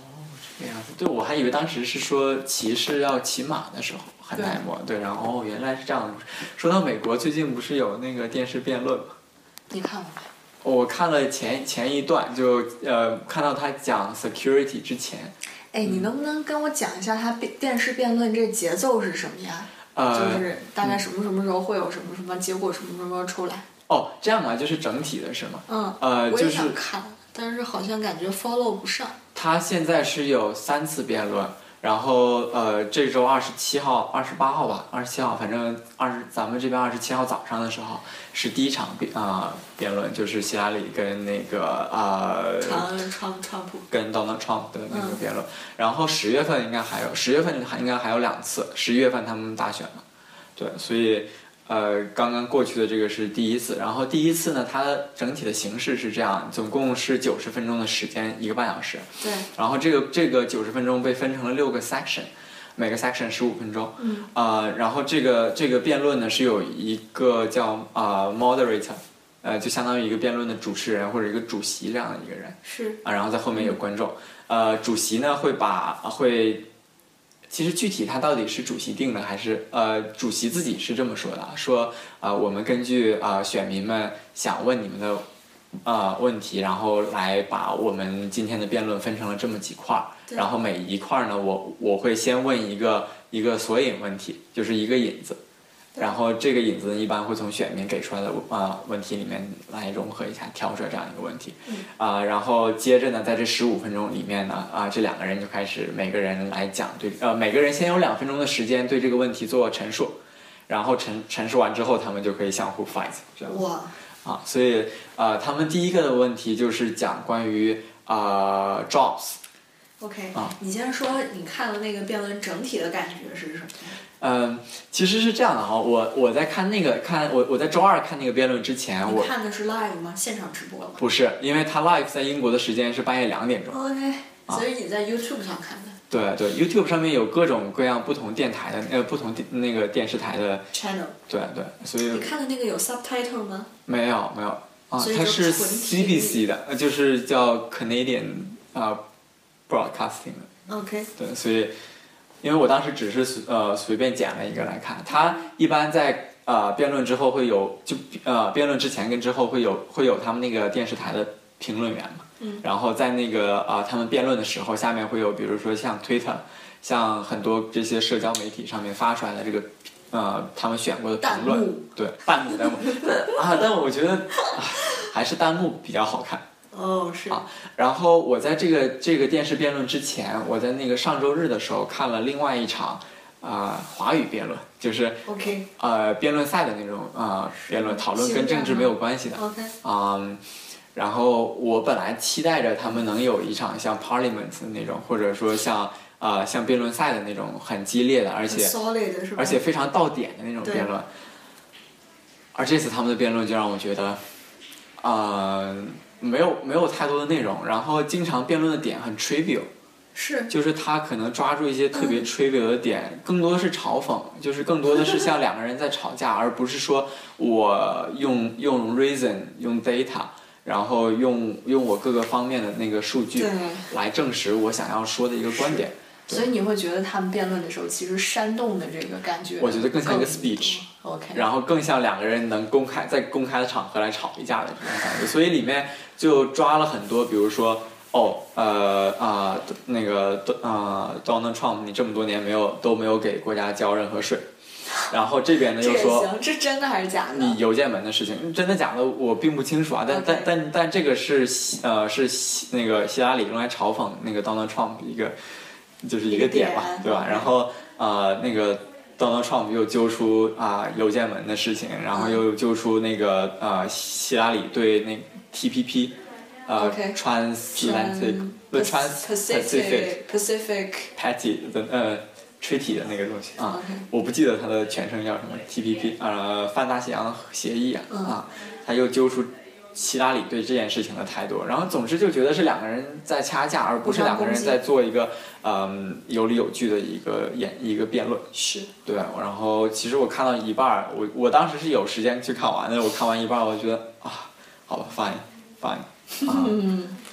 [SPEAKER 5] 那样子。对，我还以为当时是说骑士要骑马的时候很耐磨，对，然后哦原来是这样的。说到美国，最近不是有那个电视辩论吗？
[SPEAKER 4] 你看了没？
[SPEAKER 5] 我看了前前一段，就呃看到他讲 security 之前，
[SPEAKER 4] 哎，
[SPEAKER 5] 嗯
[SPEAKER 4] 你能不能跟我讲一下它辩电视辩论这节奏是什么呀？
[SPEAKER 5] 呃，
[SPEAKER 4] 就是大概什么什么时候会有什么什么结果，什么什么时候出来？
[SPEAKER 5] 哦，这样啊，就是整体的是吗？
[SPEAKER 4] 嗯，
[SPEAKER 5] 呃，
[SPEAKER 4] 我
[SPEAKER 5] 就
[SPEAKER 4] 也
[SPEAKER 5] 是
[SPEAKER 4] 想看，但是好像感觉 follow 不上。
[SPEAKER 5] 他现在是有三次辩论，然后呃，这周二十七号、二十八号吧，二十七号，反正二十咱们这边二十七号早上的时候是第一场辩啊、辩论，就是希拉里跟那个呃
[SPEAKER 4] 川川川普，
[SPEAKER 5] 跟 Donald Trump 的那个辩论，然后十月份应该还有，十月份还应该还有两次，十一月份他们大选嘛，对，所以呃，刚刚过去的这个是第一次，然后第一次呢，它整体的形式是这样，总共是九十分钟的时间，一个半小时，
[SPEAKER 4] 对，
[SPEAKER 5] 然后这个这个九十分钟被分成了六个 section，每个 section 十五分钟。嗯。呃，然后这个这个辩论呢是有一个叫呃 moderator，呃就相当于一个辩论的主持人或者一个主席这样的一个人。
[SPEAKER 4] 是
[SPEAKER 5] 啊，然后在后面有观众。呃，主席呢会把会，其实具体他到底是主席定的还是呃主席自己是这么说的啊，说啊、呃我们根据啊、呃选民们想问你们的啊、呃问题，然后来把我们今天的辩论分成了这么几块儿，然后每一块儿呢，我我会先问一个一个索引问题，就是一个引子。然后这个引子一般会从选民给出来的啊问题里面来融合一下，挑出来这样一个问题，啊、然后接着呢，在这十五分钟里面呢，啊、这两个人就开始每个人来讲对，呃，每个人先有两分钟的时间对这个问题做陈述，然后陈陈述完之后，他们就可以相互 fight 这样。
[SPEAKER 4] 哇，
[SPEAKER 5] 啊，所以呃，他们第一个的问题就是讲关于啊、呃 jobs，
[SPEAKER 4] OK，、
[SPEAKER 5] 啊
[SPEAKER 4] 你先说你看了那个辩论整体的感觉是什么？
[SPEAKER 5] 嗯，其实是这样的哈，我我在看那个看我我在周二看那个辩论之前，
[SPEAKER 4] 你
[SPEAKER 5] 啊我
[SPEAKER 4] 看的是 live 吗？现场直播吗
[SPEAKER 5] 不是因为他 live 在英国的时间是半夜两点钟，
[SPEAKER 4] ？OK，所以你在 YouTube 上看的
[SPEAKER 5] 对对，YouTube 上面有各种各样不同电台的呃不同电那个电视台的，
[SPEAKER 4] channel，
[SPEAKER 5] 对对，所以
[SPEAKER 4] 你看的那个有 subtitle 吗？
[SPEAKER 5] 没有没有啊
[SPEAKER 4] 所以，就
[SPEAKER 5] 它是
[SPEAKER 4] 纯体育
[SPEAKER 5] CBC 的，呃就是叫 Canadian 啊、Broadcasting 的
[SPEAKER 4] OK，
[SPEAKER 5] 对，所以因为我当时只是随呃随便捡了一个来看，他一般在呃辩论之后会有就呃辩论之前跟之后会有会有他们那个电视台的评论员嘛，嗯，然后在那个呃他们辩论的时候，下面会有比如说像 Twitter，像很多这些社交媒体上面发出来的这个。呃，他们选过的评
[SPEAKER 4] 弹
[SPEAKER 5] 论
[SPEAKER 4] 幕，
[SPEAKER 5] 对弹幕弹 幕，但啊，但我觉得、啊还是弹幕比较好看。
[SPEAKER 4] 哦、是
[SPEAKER 5] 啊然后我在这个这个电视辩论之前，我在那个上周日的时候看了另外一场啊、呃华语辩论，就是
[SPEAKER 4] OK
[SPEAKER 5] 呃辩论赛的那种啊、呃辩论讨论跟政治没有关系的
[SPEAKER 4] OK，
[SPEAKER 5] 嗯，然后我本来期待着他们能有一场像 Parliament 的那种，或者说像啊、呃像辩论赛的那种很激烈的，而且
[SPEAKER 4] solid 是吧？
[SPEAKER 5] 而且非常到点的那种
[SPEAKER 4] 对
[SPEAKER 5] 辩论。而这次他们的辩论就让我觉得，呃，没有没有太多的内容，然后经常辩论的点很 trivial，
[SPEAKER 4] 是
[SPEAKER 5] 就是他可能抓住一些特别
[SPEAKER 4] 嗯
[SPEAKER 5] trivial 的点，更多的是嘲讽，就是更多的是像两个人在吵架，而不是说我用用 reason 用 data。然后用用我各个方面的那个数据
[SPEAKER 4] 对
[SPEAKER 5] 来证实我想要说的一个观点，
[SPEAKER 6] 所以你会觉得他们辩论的时候，其实煽动的这个感觉，
[SPEAKER 5] 我觉得更像一个 speech。
[SPEAKER 6] OK，
[SPEAKER 5] 然后更像两个人能公开在公开的场合来吵一架的这种感觉，所以里面就抓了很多，比如说哦，呃啊、那个呃 Donald Trump，你这么多年没有都没有给国家交任何税，然后这边呢
[SPEAKER 6] 这
[SPEAKER 5] 又
[SPEAKER 6] 也
[SPEAKER 5] 说
[SPEAKER 6] 行，这真的还是假的？
[SPEAKER 5] 你邮件门的事情，真的假的我并不清楚啊。但
[SPEAKER 6] OK
[SPEAKER 5] 但但但这个是希呃是希那个希拉里用来嘲讽那个 Donald Trump 一个就是一
[SPEAKER 6] 一个
[SPEAKER 5] 个点吧
[SPEAKER 6] 点，
[SPEAKER 5] 对吧？然后呃那个 Donald Trump 又揪出啊、邮件门的事情，然后又揪出那个呃希拉里对那 TPP 呃
[SPEAKER 6] OK
[SPEAKER 5] Transatlantic 不 Trans Pacific
[SPEAKER 6] Pacific Pacific
[SPEAKER 5] Patty 的呃 Treaty 的那个东西啊
[SPEAKER 6] OK
[SPEAKER 5] 我不记得它的全称叫什么 TPP 呃泛大西洋协议啊、啊，
[SPEAKER 6] 嗯
[SPEAKER 5] 他又揪出希拉里对这件事情的态度，然后总之就觉得是两个人在掐架，而不是
[SPEAKER 6] 互相
[SPEAKER 5] 两个人
[SPEAKER 6] 攻击
[SPEAKER 5] 在做一个嗯、有理有据的一个演一个辩论。
[SPEAKER 6] 是
[SPEAKER 5] 对，然后其实我看到一半儿，我我当时是有时间去看完的，我看完一半儿，我觉得啊，好吧 ，fine fine 啊，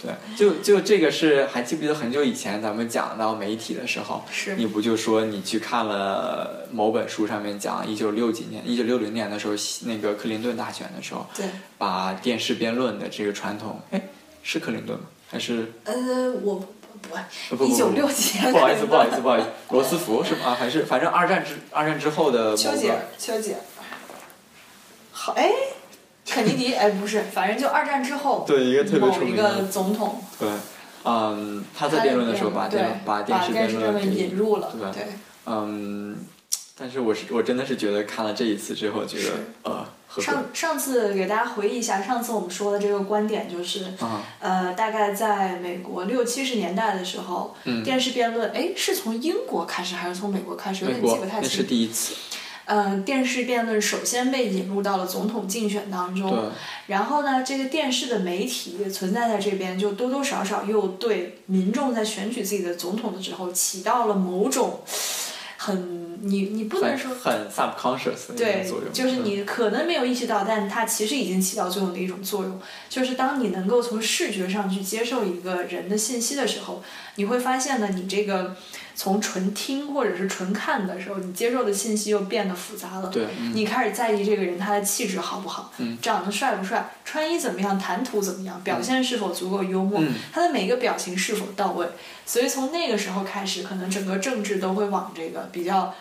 [SPEAKER 5] 对，就就这个是还记不记得很久以前咱们讲到媒体的时候，
[SPEAKER 4] 是
[SPEAKER 5] 你不就说你去看了某本书上面讲一九六几年、一九六零年的时候，西那个克林顿大选的时候，
[SPEAKER 4] 对，
[SPEAKER 5] 把电视辩论的这个传统，哎，是克林顿吗？还是呃
[SPEAKER 4] 呃，我不
[SPEAKER 5] 不
[SPEAKER 4] 不，
[SPEAKER 5] 不
[SPEAKER 4] 一九六几年，
[SPEAKER 5] 不好意思，不好意思，不好意思，罗斯福是吗？啊还是反正二战之二战之后的
[SPEAKER 4] 丘
[SPEAKER 5] 某
[SPEAKER 4] 吉尔
[SPEAKER 5] 个，
[SPEAKER 4] 丘吉尔，好哎，肯尼迪哎不是，反正就二战之后，
[SPEAKER 5] 对一个特别
[SPEAKER 4] 某
[SPEAKER 5] 出
[SPEAKER 4] 一
[SPEAKER 5] 名
[SPEAKER 4] 个
[SPEAKER 5] 的
[SPEAKER 4] 总统，
[SPEAKER 5] 对，嗯，他
[SPEAKER 4] 他
[SPEAKER 5] 在辩论的时候把
[SPEAKER 4] 对
[SPEAKER 5] 电
[SPEAKER 4] 把
[SPEAKER 5] 电视
[SPEAKER 4] 电视
[SPEAKER 5] 论给
[SPEAKER 4] 引入了，
[SPEAKER 5] 对
[SPEAKER 4] 对，
[SPEAKER 5] 嗯，但是我是我真的是觉得看了这一次之后，觉
[SPEAKER 4] 是
[SPEAKER 5] 得呃，何苦
[SPEAKER 4] 上上次给大家回忆一下，上次我们说的这个观点就是，
[SPEAKER 5] 啊
[SPEAKER 4] 呃，大概在美国六七十年代的时候，
[SPEAKER 5] 嗯
[SPEAKER 4] 电视辩论，哎，是从英国开始还是从美国开始？有
[SPEAKER 5] 美
[SPEAKER 4] 点记
[SPEAKER 5] 国
[SPEAKER 4] 不太
[SPEAKER 5] 那是
[SPEAKER 4] 清。
[SPEAKER 5] 第一次，
[SPEAKER 4] 嗯、电视辩论首先被引入到了总统竞选当
[SPEAKER 5] 对
[SPEAKER 4] 中，然后呢，这个电视的媒体存在在这边，就多多少少又对民众在选举自己的总统的时候起到了某种很你你不能
[SPEAKER 5] 很
[SPEAKER 4] 说
[SPEAKER 5] 很 subconscious 的一
[SPEAKER 4] 对
[SPEAKER 5] 种作，用，嗯
[SPEAKER 4] 就是你可能没有意识到，但它其实已经起到作用的一种作用，就是当你能够从视觉上去接受一个人的信息的时候，你会发现呢，你这个从纯听或者是纯看的时候，你接受的信息又变得复杂了。
[SPEAKER 5] 对嗯
[SPEAKER 4] 你开始在意这个人他的气质好不好，
[SPEAKER 5] 嗯
[SPEAKER 4] 长得帅不帅，穿衣怎么样，谈吐怎么样，表现是否足够幽默，
[SPEAKER 5] 嗯
[SPEAKER 4] 他的每一个表情是否到位。所以从那个时候开始，可能整个政治都会往这个比较。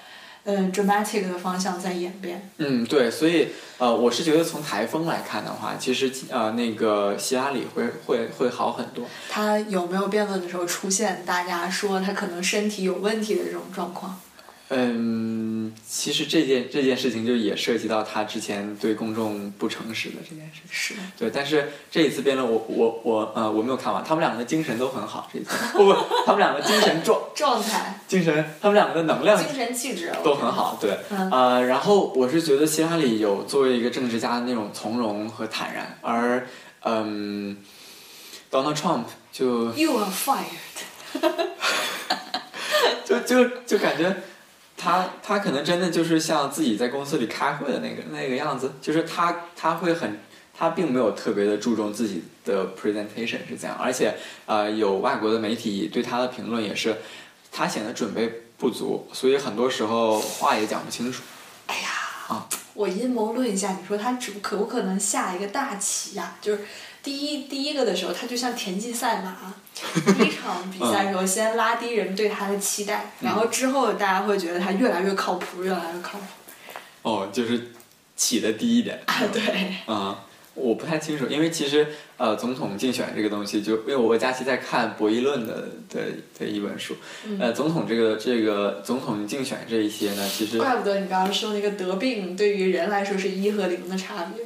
[SPEAKER 4] 嗯，dramatic 的方向在演变。
[SPEAKER 5] 嗯，对，所以呃，我是觉得从台风来看的话，其实呃，那个希拉里会会会好很多。
[SPEAKER 4] 他有没有辩论的时候出现大家说他可能身体有问题的这种状况？
[SPEAKER 5] 嗯，其实这件这件事情就也涉及到他之前对公众不诚实的这件事情。
[SPEAKER 4] 是，
[SPEAKER 5] 对，但是这一次辩论我，我我呃，我没有看完，他们两个的精神都很好，这一次不不，他们两个精神状
[SPEAKER 4] 状态、
[SPEAKER 5] 精神，他们两个的能量
[SPEAKER 4] 精神气质啊
[SPEAKER 5] 都很。好，对，
[SPEAKER 4] 嗯
[SPEAKER 5] 呃，然后我是觉得希拉里有作为一个政治家的那种从容和坦然，而嗯，Donald Trump 就
[SPEAKER 4] You are fired。
[SPEAKER 5] 就就就感觉他他可能真的就是像自己在公司里开会的那个那个样子，就是他他会很他并没有特别的注重自己的 presentation 是这样，而且呃有外国的媒体对他的评论也是，他显得准备不足，所以很多时候话也讲不清楚。
[SPEAKER 4] 我阴谋论一下，你说他只可不可能下一个大棋呀、就是第一第一个的时候，他就像田忌赛马，啊第一场比赛的时
[SPEAKER 5] 嗯
[SPEAKER 4] 候先拉低人对他的期待，然后之后大家会觉得他越来越靠谱，越来越靠谱。
[SPEAKER 5] 哦，就是起的低一点。
[SPEAKER 4] 啊， 对，
[SPEAKER 5] 嗯，我不太清楚，因为其实呃，总统竞选这个东西就，因为我假期在看博弈论的的的一本书，
[SPEAKER 4] 嗯
[SPEAKER 5] 呃，总统这个这个总统竞选这一些呢，其实
[SPEAKER 4] 怪不得你刚刚说那个得病对于人来说是一和零的差别。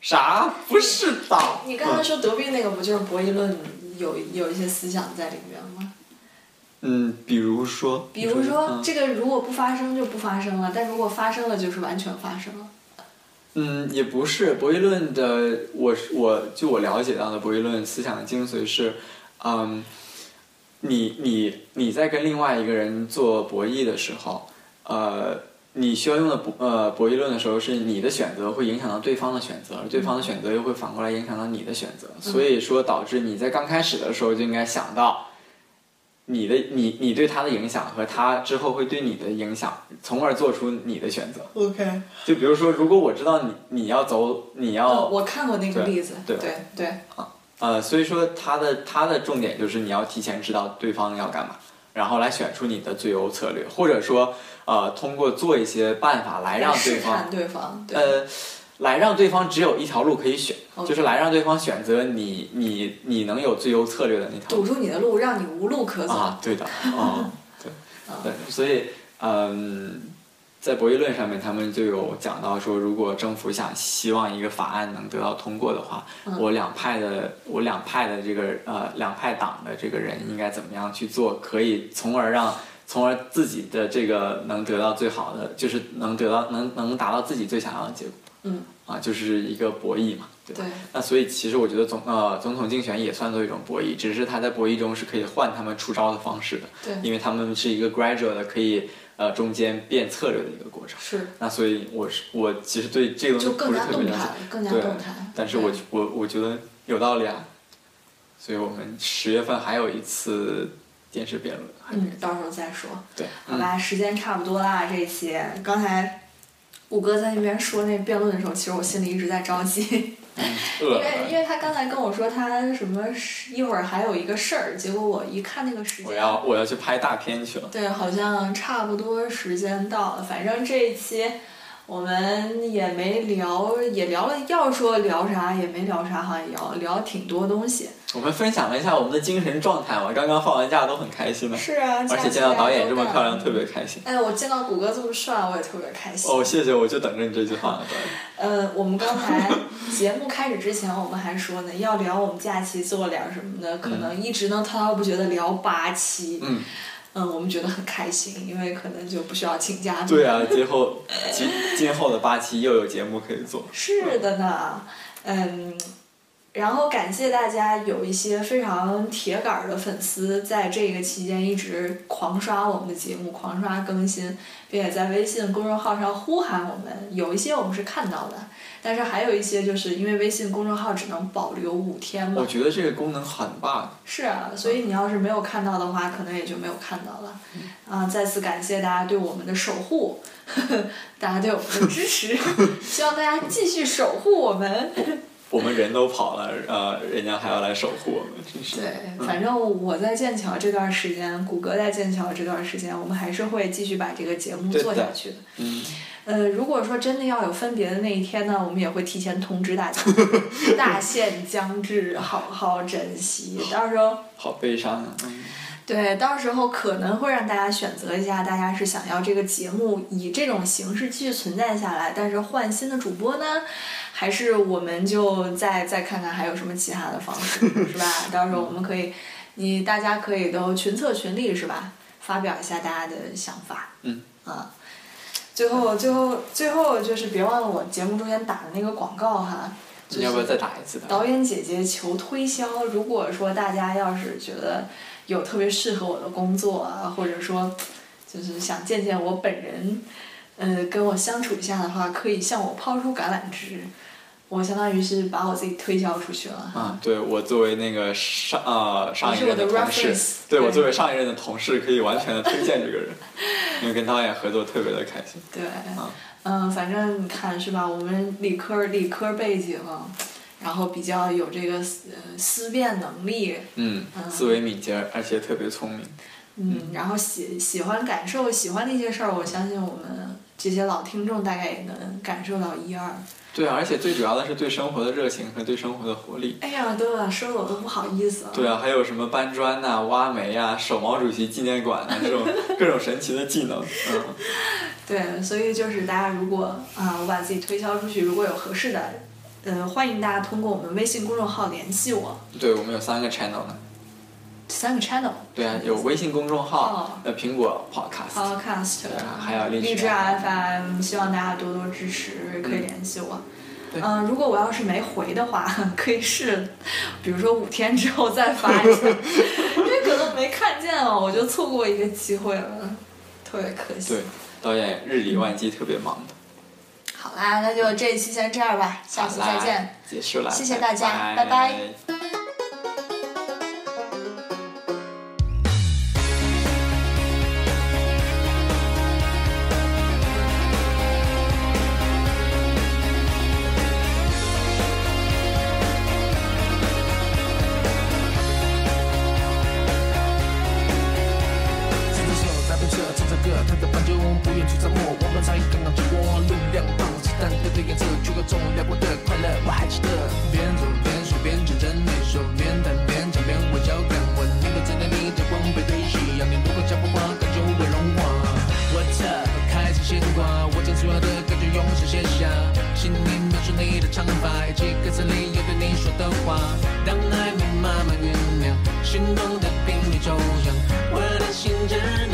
[SPEAKER 5] 啥不是吧？
[SPEAKER 4] 你刚才说得病那个不就是博弈论有有一些思想在里面吗？
[SPEAKER 5] 嗯，比如说，
[SPEAKER 4] 比如说
[SPEAKER 5] 嗯
[SPEAKER 4] 这个如果不发生就不发生了，但如果发生了就是完全发生了。
[SPEAKER 5] 嗯，也不是博弈论的，我是我就我了解到的博弈论思想的精髓是，嗯，你你你在跟另外一个人做博弈的时候，呃，你需要用的博呃博弈论的时候，是你的选择会影响到对方的选择，而对方的选择又会反过来影响到你的选择，所以说导致你在刚开始的时候就应该想到。你的你你对他的影响和他之后会对你的影响，从而做出你的选择。
[SPEAKER 4] OK。
[SPEAKER 5] 就比如说，如果我知道你你要走，你
[SPEAKER 4] 呃，
[SPEAKER 5] 要、
[SPEAKER 4] 我看过那个
[SPEAKER 5] 哦对
[SPEAKER 4] 例子，
[SPEAKER 5] 对
[SPEAKER 4] 对对
[SPEAKER 5] 呃，所以说他的他的重点就是你要提前知道对方要干嘛，然后来选出你的最优策略，或者说呃通过做一些办法来让对
[SPEAKER 4] 试探
[SPEAKER 5] 方
[SPEAKER 4] 对方，对，
[SPEAKER 5] 呃来让对方只有一条路可以选
[SPEAKER 4] OK
[SPEAKER 5] 就是来让对方选择你你你能有最优策略的那条
[SPEAKER 4] 堵
[SPEAKER 5] 路
[SPEAKER 4] 住你的路，让你无路可走。
[SPEAKER 5] 啊，对的，哦，对对，所以嗯。在博弈论上面，他们就有讲到说，如果政府想希望一个法案能得到通过的话，我两派的我两派的这个呃两派党的这个人应该怎么样去做，可以从而让从而自己的这个能得到最好的，就是能得到能能达到自己最想要的结果。
[SPEAKER 4] 嗯，
[SPEAKER 5] 啊，就是一个博弈嘛，对吧？
[SPEAKER 4] 对
[SPEAKER 5] 那所以其实我觉得总呃总统竞选也算作一种博弈，只是他在博弈中是可以换他们出招的方式的，
[SPEAKER 4] 对
[SPEAKER 5] 因为他们是一个 gradual 的，可以呃中间变策略的一个过程。
[SPEAKER 4] 是，
[SPEAKER 5] 那所以我是我其实对这个
[SPEAKER 4] 就
[SPEAKER 5] 东西
[SPEAKER 4] 更
[SPEAKER 5] 不是
[SPEAKER 4] 加
[SPEAKER 5] 特别
[SPEAKER 4] 动
[SPEAKER 5] 了
[SPEAKER 4] 态
[SPEAKER 5] 解
[SPEAKER 4] 了，，更加
[SPEAKER 5] 对
[SPEAKER 4] 动态。
[SPEAKER 5] 但是我
[SPEAKER 4] 对
[SPEAKER 5] 我我觉得有道理啊，所以我们十月份还有一次电视辩论，还没
[SPEAKER 4] 嗯，到时候再说。
[SPEAKER 5] 对，
[SPEAKER 4] 好吧，时间差不多啦，这一期刚才。谷歌在那边说那辩论的时候，其实我心里一直在着 急，
[SPEAKER 5] 嗯饿
[SPEAKER 4] 因
[SPEAKER 5] 了
[SPEAKER 4] 为因为他刚才跟我说他什么是一会儿还有一个事儿，结果我一看那个时
[SPEAKER 5] 我
[SPEAKER 4] 间，
[SPEAKER 5] 要我要去拍大片去了。
[SPEAKER 4] 对，好像差不多时间到了。反正这一期我们也没聊，也聊了，要说聊啥也没聊啥，好像聊聊挺多东西。
[SPEAKER 5] 我们分享了一下我们的精神状态，啊我刚刚放完假都很开心的，
[SPEAKER 4] 是啊，
[SPEAKER 5] 而且见到导演这么漂亮，特。别开心。
[SPEAKER 4] 哎，我见到谷歌这么帅，我也特别开心。
[SPEAKER 5] 哦，谢谢，我就等着你这句话了。导演
[SPEAKER 4] 呃，我们刚才节目开始之前，我们还说呢，要聊我们假期做点儿什么的，可能一直能滔滔不绝的聊八期。
[SPEAKER 5] 嗯。
[SPEAKER 4] 嗯，我们觉得很开心，因为可能就不需要请假。
[SPEAKER 5] 对。啊，今后今今后的八期又有节目可以做。
[SPEAKER 4] 是的呢，嗯。然后感谢大家有一些非常铁杆儿的粉丝，在这个期间一直狂刷我们的节目，狂刷更新，并且在微信公众号上呼喊我们。有一些我们是看到的，但是还有一些就是因为微信公众号只能保留五天嘛
[SPEAKER 5] 我，觉得这个功能很棒。
[SPEAKER 4] 是啊，所以你要是没有看到的话，可能也就没有看到了。
[SPEAKER 5] 嗯
[SPEAKER 4] 啊，再次感谢大家对我们的守护， 大家对我们的支 持，希望大家继续守护我们。
[SPEAKER 5] 我们人都跑了，呃，人家还要来守护我们，真是。嗯
[SPEAKER 4] 对，反正我在剑桥这段时间，谷歌在剑桥这段时间，我们还是会继续把这个节目
[SPEAKER 5] 对
[SPEAKER 4] 做
[SPEAKER 5] 的
[SPEAKER 4] 下去的。
[SPEAKER 5] 嗯，
[SPEAKER 4] 呃，如果说真的要有分别的那一天呢，我们也会提前通知大 家，大限将至，好好珍惜。到时候，
[SPEAKER 5] 好悲伤啊。嗯
[SPEAKER 4] 对，到时候可能会让大家选择一下，大家是想要这个节目以这种形式继续存在下来，但是换新的主播呢，还是我们就再再看看还有什么其他的方式，是吧？到时候我们可以，你大家可以都群策群力，是吧？发表一下大家的想法。
[SPEAKER 5] 嗯。
[SPEAKER 4] 啊。最后，最后，最后就是别忘了我节目中间打的那个广告哈。就
[SPEAKER 5] 你要不要
[SPEAKER 4] 是
[SPEAKER 5] 再打一次的？
[SPEAKER 4] 导演姐姐求推销。如果说大家要是觉得有特别适合我的工作啊，或者说就是想见见我本人，呃，跟我相处一下的话，可以向我抛出橄榄枝。我相当于是把我自己推销出去了。
[SPEAKER 5] 啊，对我作为那个上呃上一任
[SPEAKER 4] 你是我的
[SPEAKER 5] 同事
[SPEAKER 4] reference，，
[SPEAKER 5] 对我
[SPEAKER 4] 对
[SPEAKER 5] 作为上一任的同事，可以完全的推荐这个人，因为跟导演合作特别的开心。啊
[SPEAKER 4] 对，嗯、反正你看是吧？我们理科理科背景，然后比较有这个呃思辨能力，
[SPEAKER 5] 嗯，
[SPEAKER 4] 嗯
[SPEAKER 5] 思维敏捷，而且特别聪明。
[SPEAKER 4] 嗯，然后喜喜欢感受喜欢的一些事儿，我相信我们这些老听众大概也能感受到一二。
[SPEAKER 5] 对啊，而且最主要的是对生活的热情和对生活的活力。
[SPEAKER 4] 哎呀，对了，说的我都不好意思了。
[SPEAKER 5] 对啊，还有什么搬砖呐、挖煤啊、手毛主席纪念馆啊这 种各种神奇的技能。嗯，
[SPEAKER 4] 对，所以就是大家如果啊、我把自己推销出去，如果有合适的，呃，欢迎大家通过我们微信公众号联系我。
[SPEAKER 5] 对，我们有三个 channel 呢。
[SPEAKER 4] 三个 channel
[SPEAKER 5] 对啊，有微信公众号
[SPEAKER 4] 嗯哦、
[SPEAKER 5] 呃苹果 podcast，
[SPEAKER 4] podcast，
[SPEAKER 5] 对啊还有荔枝
[SPEAKER 4] 荔枝 FM，希望大家多多支持，可以联系我。
[SPEAKER 5] 对
[SPEAKER 4] 嗯、如果我要是没回的话， 可以是，比如说五天之后再发一 下，因为可能没看见哦，我就错过一个机会了，特别可惜。
[SPEAKER 5] 对，导演日理万机，
[SPEAKER 4] 嗯
[SPEAKER 5] 特别忙的。
[SPEAKER 4] 好啦，那就这一期先这样吧，下期再
[SPEAKER 5] 好啦
[SPEAKER 4] 见。，
[SPEAKER 5] 结束了，
[SPEAKER 4] 谢谢大家拜
[SPEAKER 5] 拜
[SPEAKER 4] 拜
[SPEAKER 7] 牵着手，搭配车，唱着歌，他的伴奏不愿去掌握，我们才刚刚走过路两旁，子弹堆的颜色，却各种辽阔的快乐，我还记得。边走边说边唱着那首，边弹边唱边我交感，我能够站在你的光背对夕阳，你如果讲不话，感就会融化。我操，开始牵挂，我将所有的感觉用手写下，心里描述你的长发，以及歌词里有对你说的话。当爱慢慢酝酿，心动的频率骤降，我的心真的。